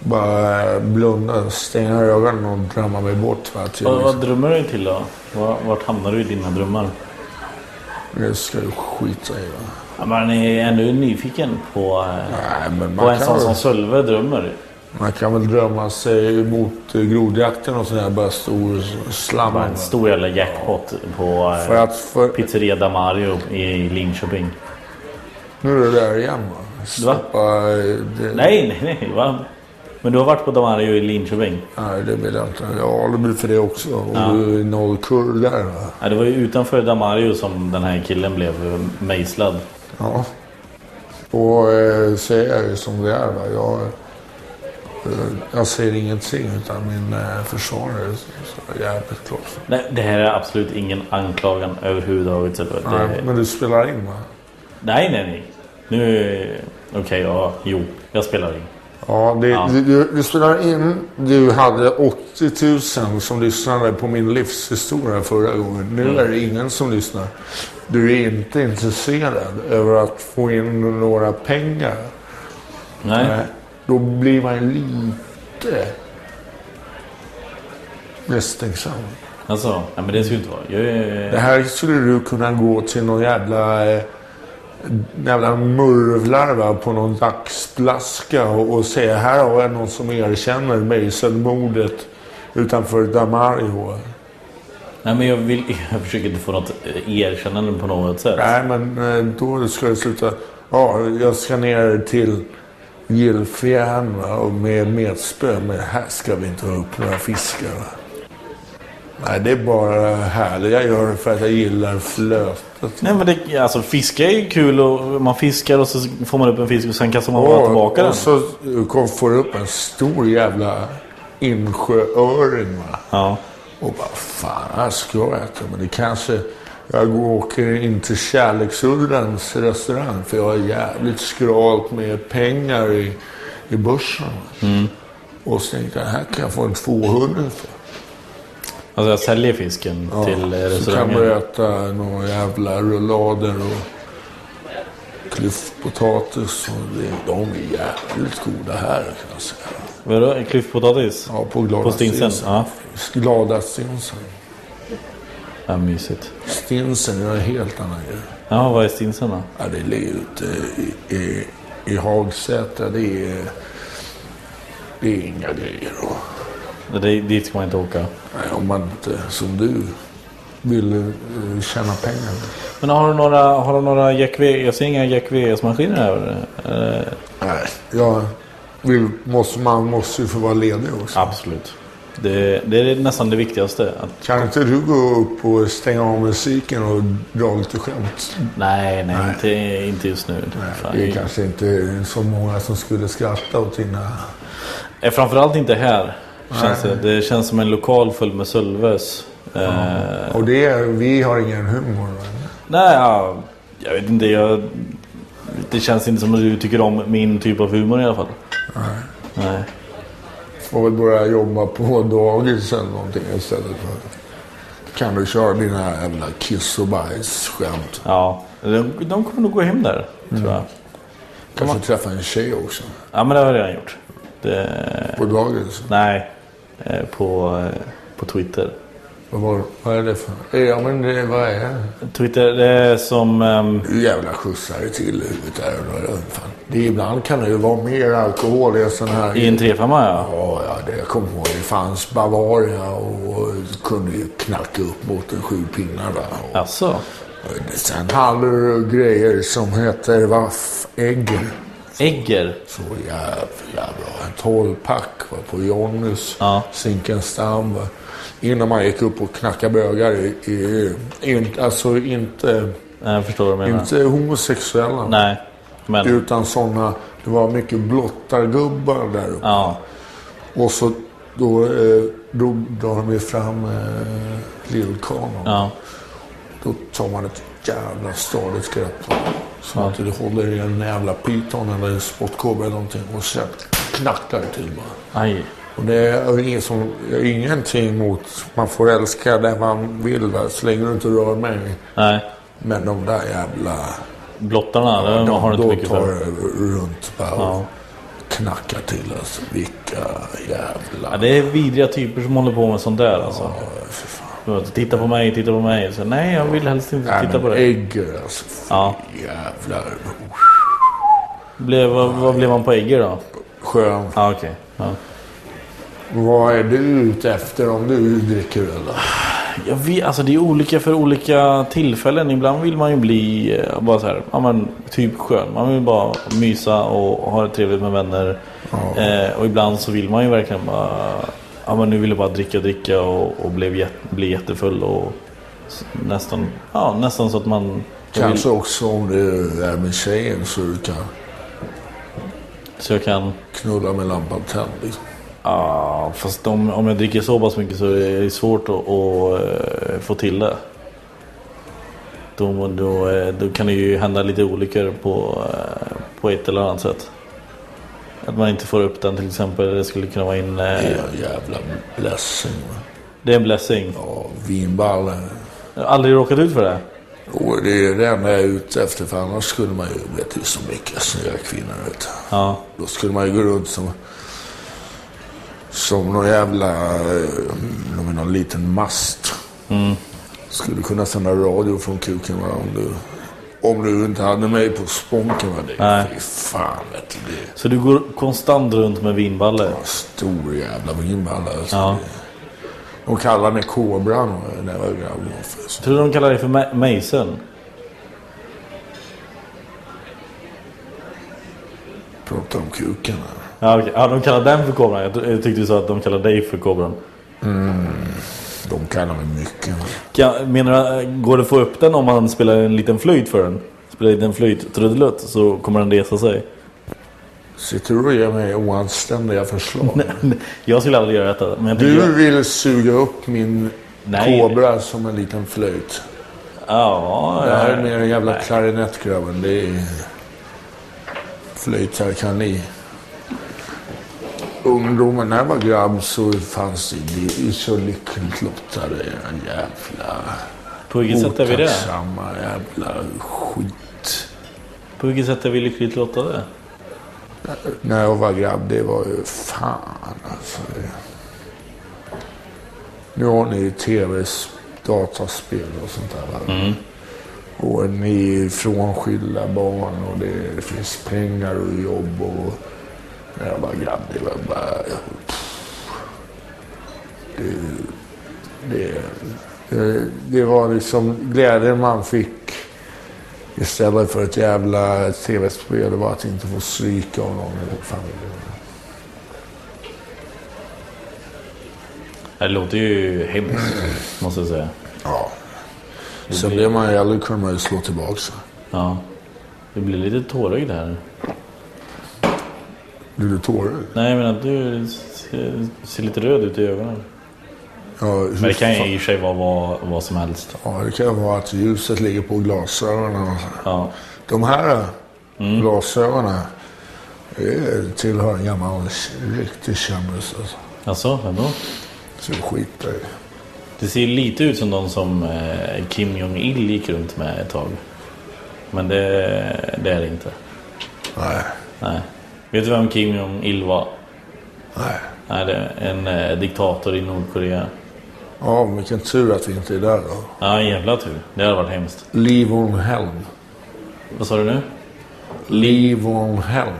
Bara eh, blunda, stänga ögonen och drömma mig bort. Va, till, Vad, vad drömmer du till då? Vad- Vart hamnar du i dina drömmar? Det ska du skita i. Va. Ja, man är ändå nyfiken på Nej, men vad man en kan sån väl- som Sölve drömmer. Man kan väl drömma sig mot eh, grodjakten och sådär. Bara stor slam. Bara en stor jävla jackpot på eh, För att för... Pizzeria Damario i Linköping. Nu är det där igen va? Stoppa... eh, Nej, Det... nej, nej. Va? Men du har varit på Damario i Linköping? Nej, det vill jag inte. Jag håller mig för det också. Och du är noll kurr där va? Ja, det var ju utanför Damario som den här killen blev mejslad. Ja. Och eh, säger jag ju som det är va. Jag, eh, jag säger ingenting utan min eh, försvarare är jävligt klart. Nej, det här är absolut ingen anklagan överhuvudtaget. så Det... Nej, men du spelar in va? Nej, nej, nej. Nu... Okej, ja. Jo, jag spelar in. Ja, det, Du, du, du spelar in. Du hade 80 000 som lyssnade på min livshistoria förra gången. Nu är det ingen som lyssnar. Du är inte intresserad över att få in några pengar. Nej. Nej, Då blir man lite misstänksam. Alltså, nej, men det ska ju inte vara. Jag är... Det här skulle du kunna gå till någon jävla... eh, Jävla murvlarva på någon dagsplaska och, och säga här har jag någon som erkänner Mason-mordet utanför Damario. Nej, men jag, vill... jag försöker inte få något erkännande på något sätt. Nej, men eh, då ska det sluta. Ja, jag ska ner till Gillfjärn va, och med metspö. Men här ska vi inte ha upp några fiskar. va. Nej, det är bara härligt. Jag gör det för att jag gillar flötet. Nej men det, alltså fiska är ju kul och man fiskar och så får man upp en fisk och sen kastar man bara tillbaka den. och så kom, får du upp en stor jävla insjööring. Va? Ja. Och bara fan, här ska jag äta. Men det kanske... Jag går och åker in till Kärleksuddens restaurang för jag har jävligt skralt med pengar i, i börsen. va. Mm. Och så tänkte jag, här kan jag få en 200 för. Alltså jag säljer fisken Ja, till eh, Så kan restaurangen. man äta några jävla rullader och klyftpotatis. Och det, de är jävligt goda här kan jag säga. Vadå? Klyftpotatis? Ja, på Glada På stinsen? Stinsen. Ja. Glada stinsen. ja, mysigt. Stinsen är en helt annan grej. Ja, vad är stinsen då? Ja, det ligger ute i, i, i Hagsätra. Det är, det är inga grejer. då. Det- Det, dit ska man inte åka. Nej, om man inte, som du, vill eh, tjäna pengar. Men har du några, har du några Jack V? Jag ser inga Jack VS-maskiner här. Eh, Nej. Jag vill, måste, man måste ju få vara ledig också. absolut. Det, det är nästan det viktigaste. Att, Kan inte du gå upp och stänga av musiken och dra lite skämt? nej, nej, Inte, inte just nu. Fan, Det är jag- kanske inte så många som skulle skratta åt dina... Eh, Framförallt inte här. Känns det. det känns som en lokal full med Sölves. Eh, Och det är, vi har ingen humor. va? nej, ja, jag vet inte. Jag, det känns inte som att du tycker om min typ av humor i alla fall. Nej. Får väl börja jobba på dagis eller någonting istället för... Kan du köra dina jävla kiss och bajs-skämt? Ja, de, de kommer nog gå hem där, tror jag. Kanske träffa en tjej också. Ja, men det har jag redan gjort. Det, På dagis. nej, eh, på, eh, på Twitter. Vad, var, vad är det för... Ja men det, vad är det? Twitter, det är som... ehm, Du jävla skjutsare till huvudet här. och då, fan. Det, ibland kan det ju vara mer alkohol i en sån här... I en trefemma, ja. Ja, ja, det jag kommer ihåg. Det fanns Bavaria och kunde ju knacka upp mot en sju pinnar. Va? Och Alltså. Sen hade du grejer som heter vaffägger. Egger. Så jävla bra. En tolvpack va, på Johnnys. Ja. Zinkensdamm. Va. Innan man gick upp och knackade bögar. I, i, in, alltså inte, Nej, Jag Eh, förstår vad du menar. inte homosexuella. Nej, men... Utan sådana. Det var mycket blottargubbar där uppe. Ja. Och så då, eh, då drar de ju fram eh, lillkanon. Ja. Då tar man ett jävla stadigt grepp. va. Så att du håller i en jävla pyton eller en spottkobra eller någonting. Och sen knackar det till bara. Aj. Och det är ingen som, jag har ingenting mot, man får älska det man vill va? så länge du inte rör mig. Nej. Men de där jävla... Blottarna, de, de, har du inte då mycket tar för. det runt bara och Ja. knackar till alltså. Vilka jävla... Ja, det är vidriga typer som håller på med sånt där alltså. Titta på mig, titta på mig. Så, nej, jag vill helst inte Nej, titta men på dig. Ägger alltså. Fy Ja. Jävlar. Blev, vad, vad blev man på ägger då? Skönt. Ja, okej. Ja. Vad är du ute efter om du dricker öl? Jag vet, alltså det är olika för olika tillfällen. Ibland vill man ju bli eh, bara så här, ja, men, typ skön. Man vill bara mysa och ha det trevligt med vänner. Eh, och ibland så vill man ju verkligen bara, ja men nu vill jag bara dricka, dricka och, och blev jätte, bli jättefull. Och s- nästan, ja, nästan så att man... jag vill- Kanske också om du är med tjejen så du kan Så jag kan... knulla med lampan tänd. liksom. Ja, fast om, om jag dricker så pass mycket så är det svårt att, att eh, få till det. Då, då, eh, då kan det ju hända lite olyckor på, eh, på ett eller annat sätt. Att man inte får upp den till exempel. Det skulle kunna vara en... eh, Det är en jävla blessing. va? Det är en blessing. Ja, vinballen. Jag har aldrig råkat ut för det. Och det är ju det enda jag är ute efter för annars skulle man ju, vet du, så mycket snygga kvinnor vet du. Ja. Då skulle man ju gå runt som... Som någon jävla... eh, Någon, någon liten mast. Mm. Skulle kunna sända radio från kuken va, om du... Om du inte hade mig på sponken va. Nej. Det, fy fan vet du. Det Så du går konstant runt med vinballer? är en stor jävla vinballa. Alltså. Ja. De kallar mig Kobran va, när jag var grabb. För- Tror du de kallar dig för Ma- Mason? Pratar om kuken. va. Ja, okej. ja, de kallar den för Kobran. Jag ty- jag tyckte du sa att de kallar dig för Kobran. De kallar mig mycket. va. Kan, menar du, går det att få upp den om man spelar en liten flöjt för den? Spelar en liten flöjt, trudelutt, så kommer den resa sig. Sitter du och ger mig oanständiga förslag? Jag skulle aldrig göra detta. Men jag tycker, Du vill suga upp min Nej. kobra som en liten flöjt. Ja, Det här är ja. mer en jävla klarinett grabben. Det är flöjt här kan ni. Ungdomen när jag var grabb så fanns det, vi är så lyckligt lottade. era Jävla På vilket sätt är vi det? otacksamma jävla skit. På vilket sätt är vi lyckligt lottade? När jag var grabb, det var ju fan alltså. Nu har ni ju tv, dataspel och sånt där. va? Och ni är frånskilda barn och det finns pengar och jobb och... När jag var grabb, det var bara... Det, det, det var liksom glädjen man fick istället för ett jävla tv-spel. Det var att inte få stryk av någon i familjen. Det låter ju hemskt, måste jag säga. Ja. Sen blev man ju äldre kunde man ju slå tillbaka. Ja. Du blir lite tårögd här. Blir du tårögd? Nej, men att du ser, ser lite röd ut i ögonen. Ja, hur Men det kan ju fan- i och för sig vara vad, vad som helst. Ja, det kan vara att ljuset ligger på glasögonen. Ja. De här eh, Mm. glasögonen det tillhör en gammal riktig kändis. Alltså. Alltså, ändå. Så skit där. Det ser lite ut som de som eh, Kim Jong-Il gick runt med ett tag. Men det, det är det inte. Nej, Nej. Vet du vem Kim Jong-Il var? nej. Nej, det är en eh, diktator i Nordkorea. Ja, vilken tur att vi inte är där då. Ja, jävla tur. Det hade varit hemskt. Livon Helm. Vad sa du nu? Livon Helm.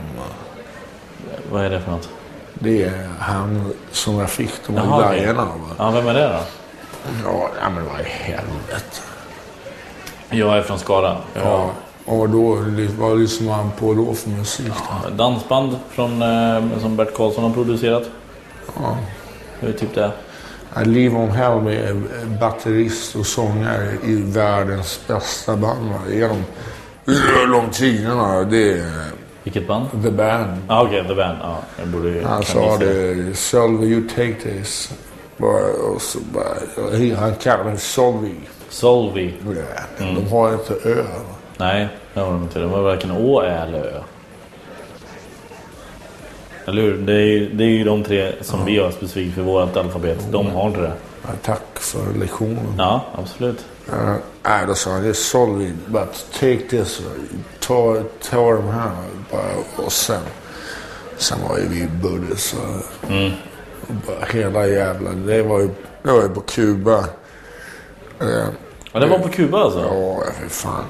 Vad är det för något? Det är han som jag fick de här Jaha, okej. glajjorna av. Ja, vem är det då? Ja, ja, men vad i helvete. Jag är från Skara. Jag- Ja. Och då, liksom vad lyssnade han på då för musik? då? Dansband från, eh, som Bert Karlsson har producerat. Ja. Det är typ det. Ja. Livon Helm är eh, batterist och sångare i världens bästa band. va. Genom, genom tiderna. Det är eh, Vilket band? Ja, The Band. ah, okej. The Band. Ja, jag borde ju... Han kan sa gissa det, Solvi you take this. Bara, och så bara, han kallar mig Solvi. Solvi. Mm. De har inte ö. va. Nej, det var de inte. Det var varken Å, Ä eller Ö. Eller hur? Det är, ju- det är ju de tre som vi har specifikt för vårt alfabet. De har inte det. Ja, tack för lektionen. Ja, absolut. Uh, nej, då sa han, det är solid, but take this. Ta, ta de här bara, och sen. Sen var ju vi buddies. Så, Mm. och bara, hela jävla... Det var ju, det var ju på Kuba. Eh, Ja, det var på Kuba alltså? ja, fy fan.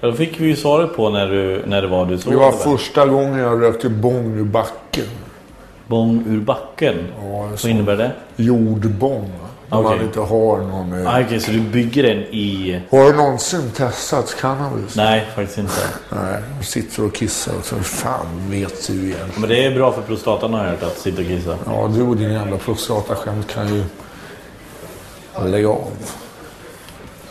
Ja, då fick vi ju svaret på när, du, när det var du såg Det var väl? första gången jag rökte bong ur backen. Bång ur backen? Ja, en Vad innebär det? Jordbong. När man Okej. inte har någon... eh, Ah, Okej, så du bygger den i... Har du någonsin testat cannabis? Nej, faktiskt inte. Nej, jag sitter och kissar och så fan vet du igen. Men det är bra för prostatan har jag hört, att sitta och kissa. Ja, du och din jävla prostataskämt kan ju lägga av.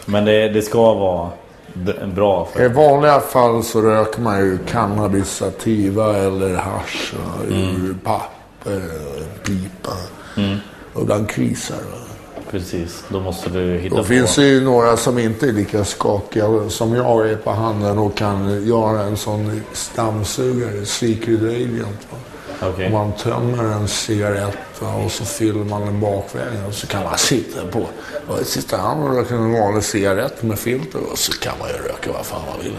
Men det, det ska vara d- bra för... I vanliga fall så röker man ju cannabis sativa eller hasch och ur papper och pipa. Och den krisar. Precis, då måste du hitta Då på. finns det ju några som inte är lika skakiga som jag är på handen och kan göra en sån dammsugare, secret agent. va. Okej. Om Man tömmer en cigarett va, och så fyller man den bakvägen och så kan man sitta på. Och sitter han och röker en vanlig cigarett med filter och så kan man ju röka vad fan man vill.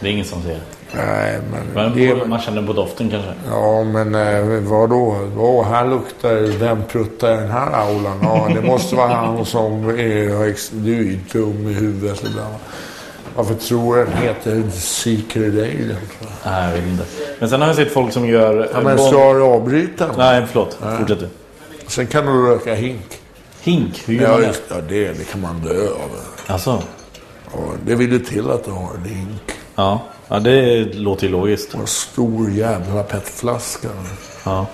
Det är ingen som ser. Nej, men... Mm. Men det, på, man känner på doften kanske. ja, men eh, vadå? Åh, här luktar Vem pruttar i den här aulan? Ja, det måste vara han som är... har ex- Du är ju dum i huvudet ibland. va. Varför tror jag den heter Secret Agent? va? Nej, jag vet inte. Men sen har jag sett folk som gör... Ja, men bång- ska du avbryta? den? Nej, förlåt. Fortsätt du. Sen kan du röka hink. Hink, hur gör Ja, man just, det? ja det, det kan man dö av. Alltså, Ja, det vill ju till att du har en hink. ja. ja, det låter ju logiskt. Och En stor jävla petflaska. Ja,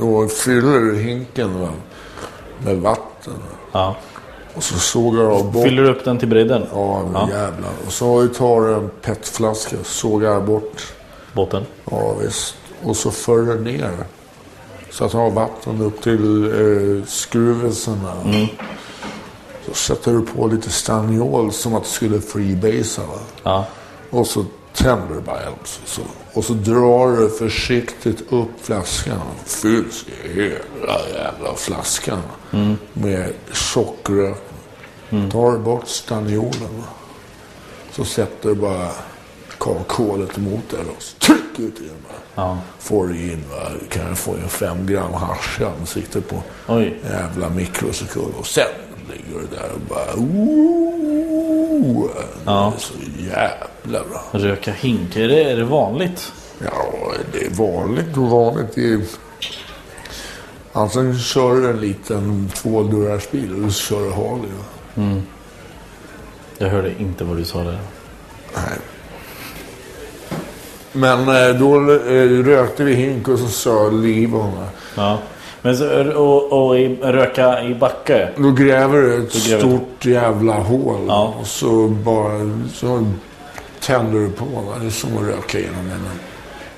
Då fyller du hinken va? med vatten. ja. Och så sågar du av bort. Fyller du upp den till bredden? Ja, jävlar. Och så tar du en petflaska, sågar bort. Botten? Ja, visst. Och så för du ner. Så att du har vatten upp till eh, skruvelsen. va. Så sätter du på lite staniol som att du skulle freebasea. Va? Ja. Och så tänder du bara eld. Så, så. Och så drar du försiktigt upp flaskan. Fylls hela jävla flaskan med tjockrök. Tar bort staniolen. va. Så sätter du bara kavkolet emot den och så tryck ut i den. va. Ja. Får du in, va? kan jag få en fem gram hasch i ansiktet på Oj. jävla mikrosekund. Och sen ligger du där och bara... Ooh, Ja. Det är så jävla bra. Röka hink, är det, är det vanligt? Ja, det är vanligt och vanligt. Det är... Antingen kör du en liten tvådörrarsbil eller så kör du Harley. va. Jag hörde inte vad du sa där. Men eh, då eh, rökte vi hink och så sa Livon. va, Ja. Men så, och, och i, röka i backe? Då gräver du ett gräver du. stort jävla hål. Ja. Och så bara så tänder du på. Va? Det är som att röka genom en,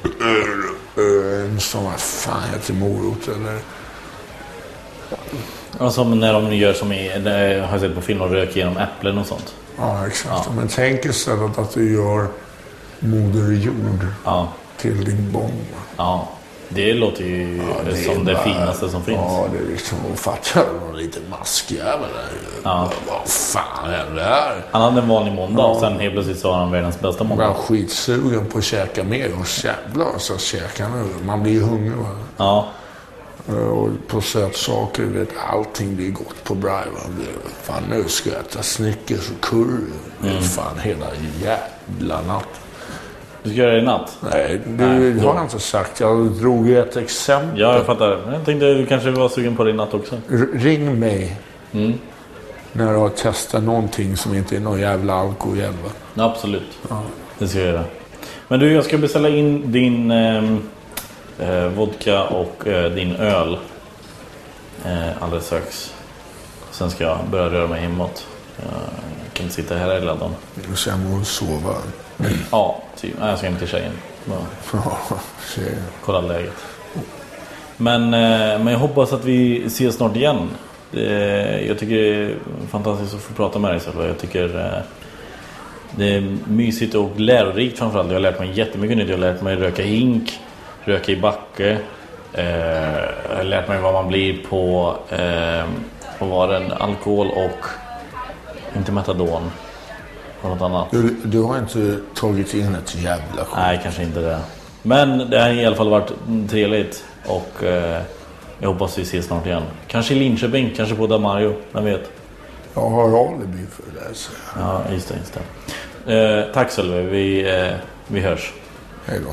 eh, en sån, vad fan heter morot eller? Ja, som Alltså, när de gör som i, det har jag sett på film, och röker genom äpplen och sånt. Ja, exakt. Men tänk istället att du gör Moder Jord Ja. till din bomb. Ja. Det låter ju som det bara- finaste som finns. Ja, det är liksom... Fattar du? Någon liten maskjävel där. Ja. Vad fan är det här? Han hade en vanlig måndag och sen helt plötsligt så har han världens bästa Man är måndag. skitsugen på att käka mer. Och jävlar så käkar nu. Man blir ju hungrig. Va? Ja. Och på sötsaker, du vet, allting blir gott på Brive. Fan, nu ska jag äta Snickers och curry. Mm. Fan, hela jävla natten. Du ska göra det i natt? Nej, det har jag inte sagt. Jag drog ju ett exempel. Ja, jag fattar. Men Jag tänkte du kanske var sugen på det i natt också. R- Ring mig när du har testat någonting som inte är någon jävla alkohol. va? Absolut. Det ska jag göra. Men du, jag ska beställa in din ehm, eh, vodka och eh, din öl eh, alldeles strax. Sen ska jag börja röra mig hemåt. Jag kan inte sitta här hela dagen. Och sen må du sova. Ja, typ. Nej, jag ska hem till tjejen. Bara Ja, tjejer. Kolla läget. Men, eh, men jag hoppas att vi ses snart igen. Det, jag tycker det är fantastiskt att få prata med dig Selva. Jag tycker eh, det är mysigt och lärorikt framförallt. Jag har lärt mig jättemycket nytt. Jag har lärt mig röka hink, röka i backe. Eh, jag har lärt mig vad man blir på, eh, vad var den, alkohol och, inte metadon. Och något annat. Du, du har inte tagit in ett jävla skit. Nej, kanske inte det. Men det har i alla fall varit mm, trevligt. Och eh, jag hoppas vi ses snart igen. Kanske i Linköping, kanske på Damario, vem vet? Jag har alibi för det där. Så. Ja, just det. Just det. Eh, tack Sölve, vi, eh, vi hörs. Hej då.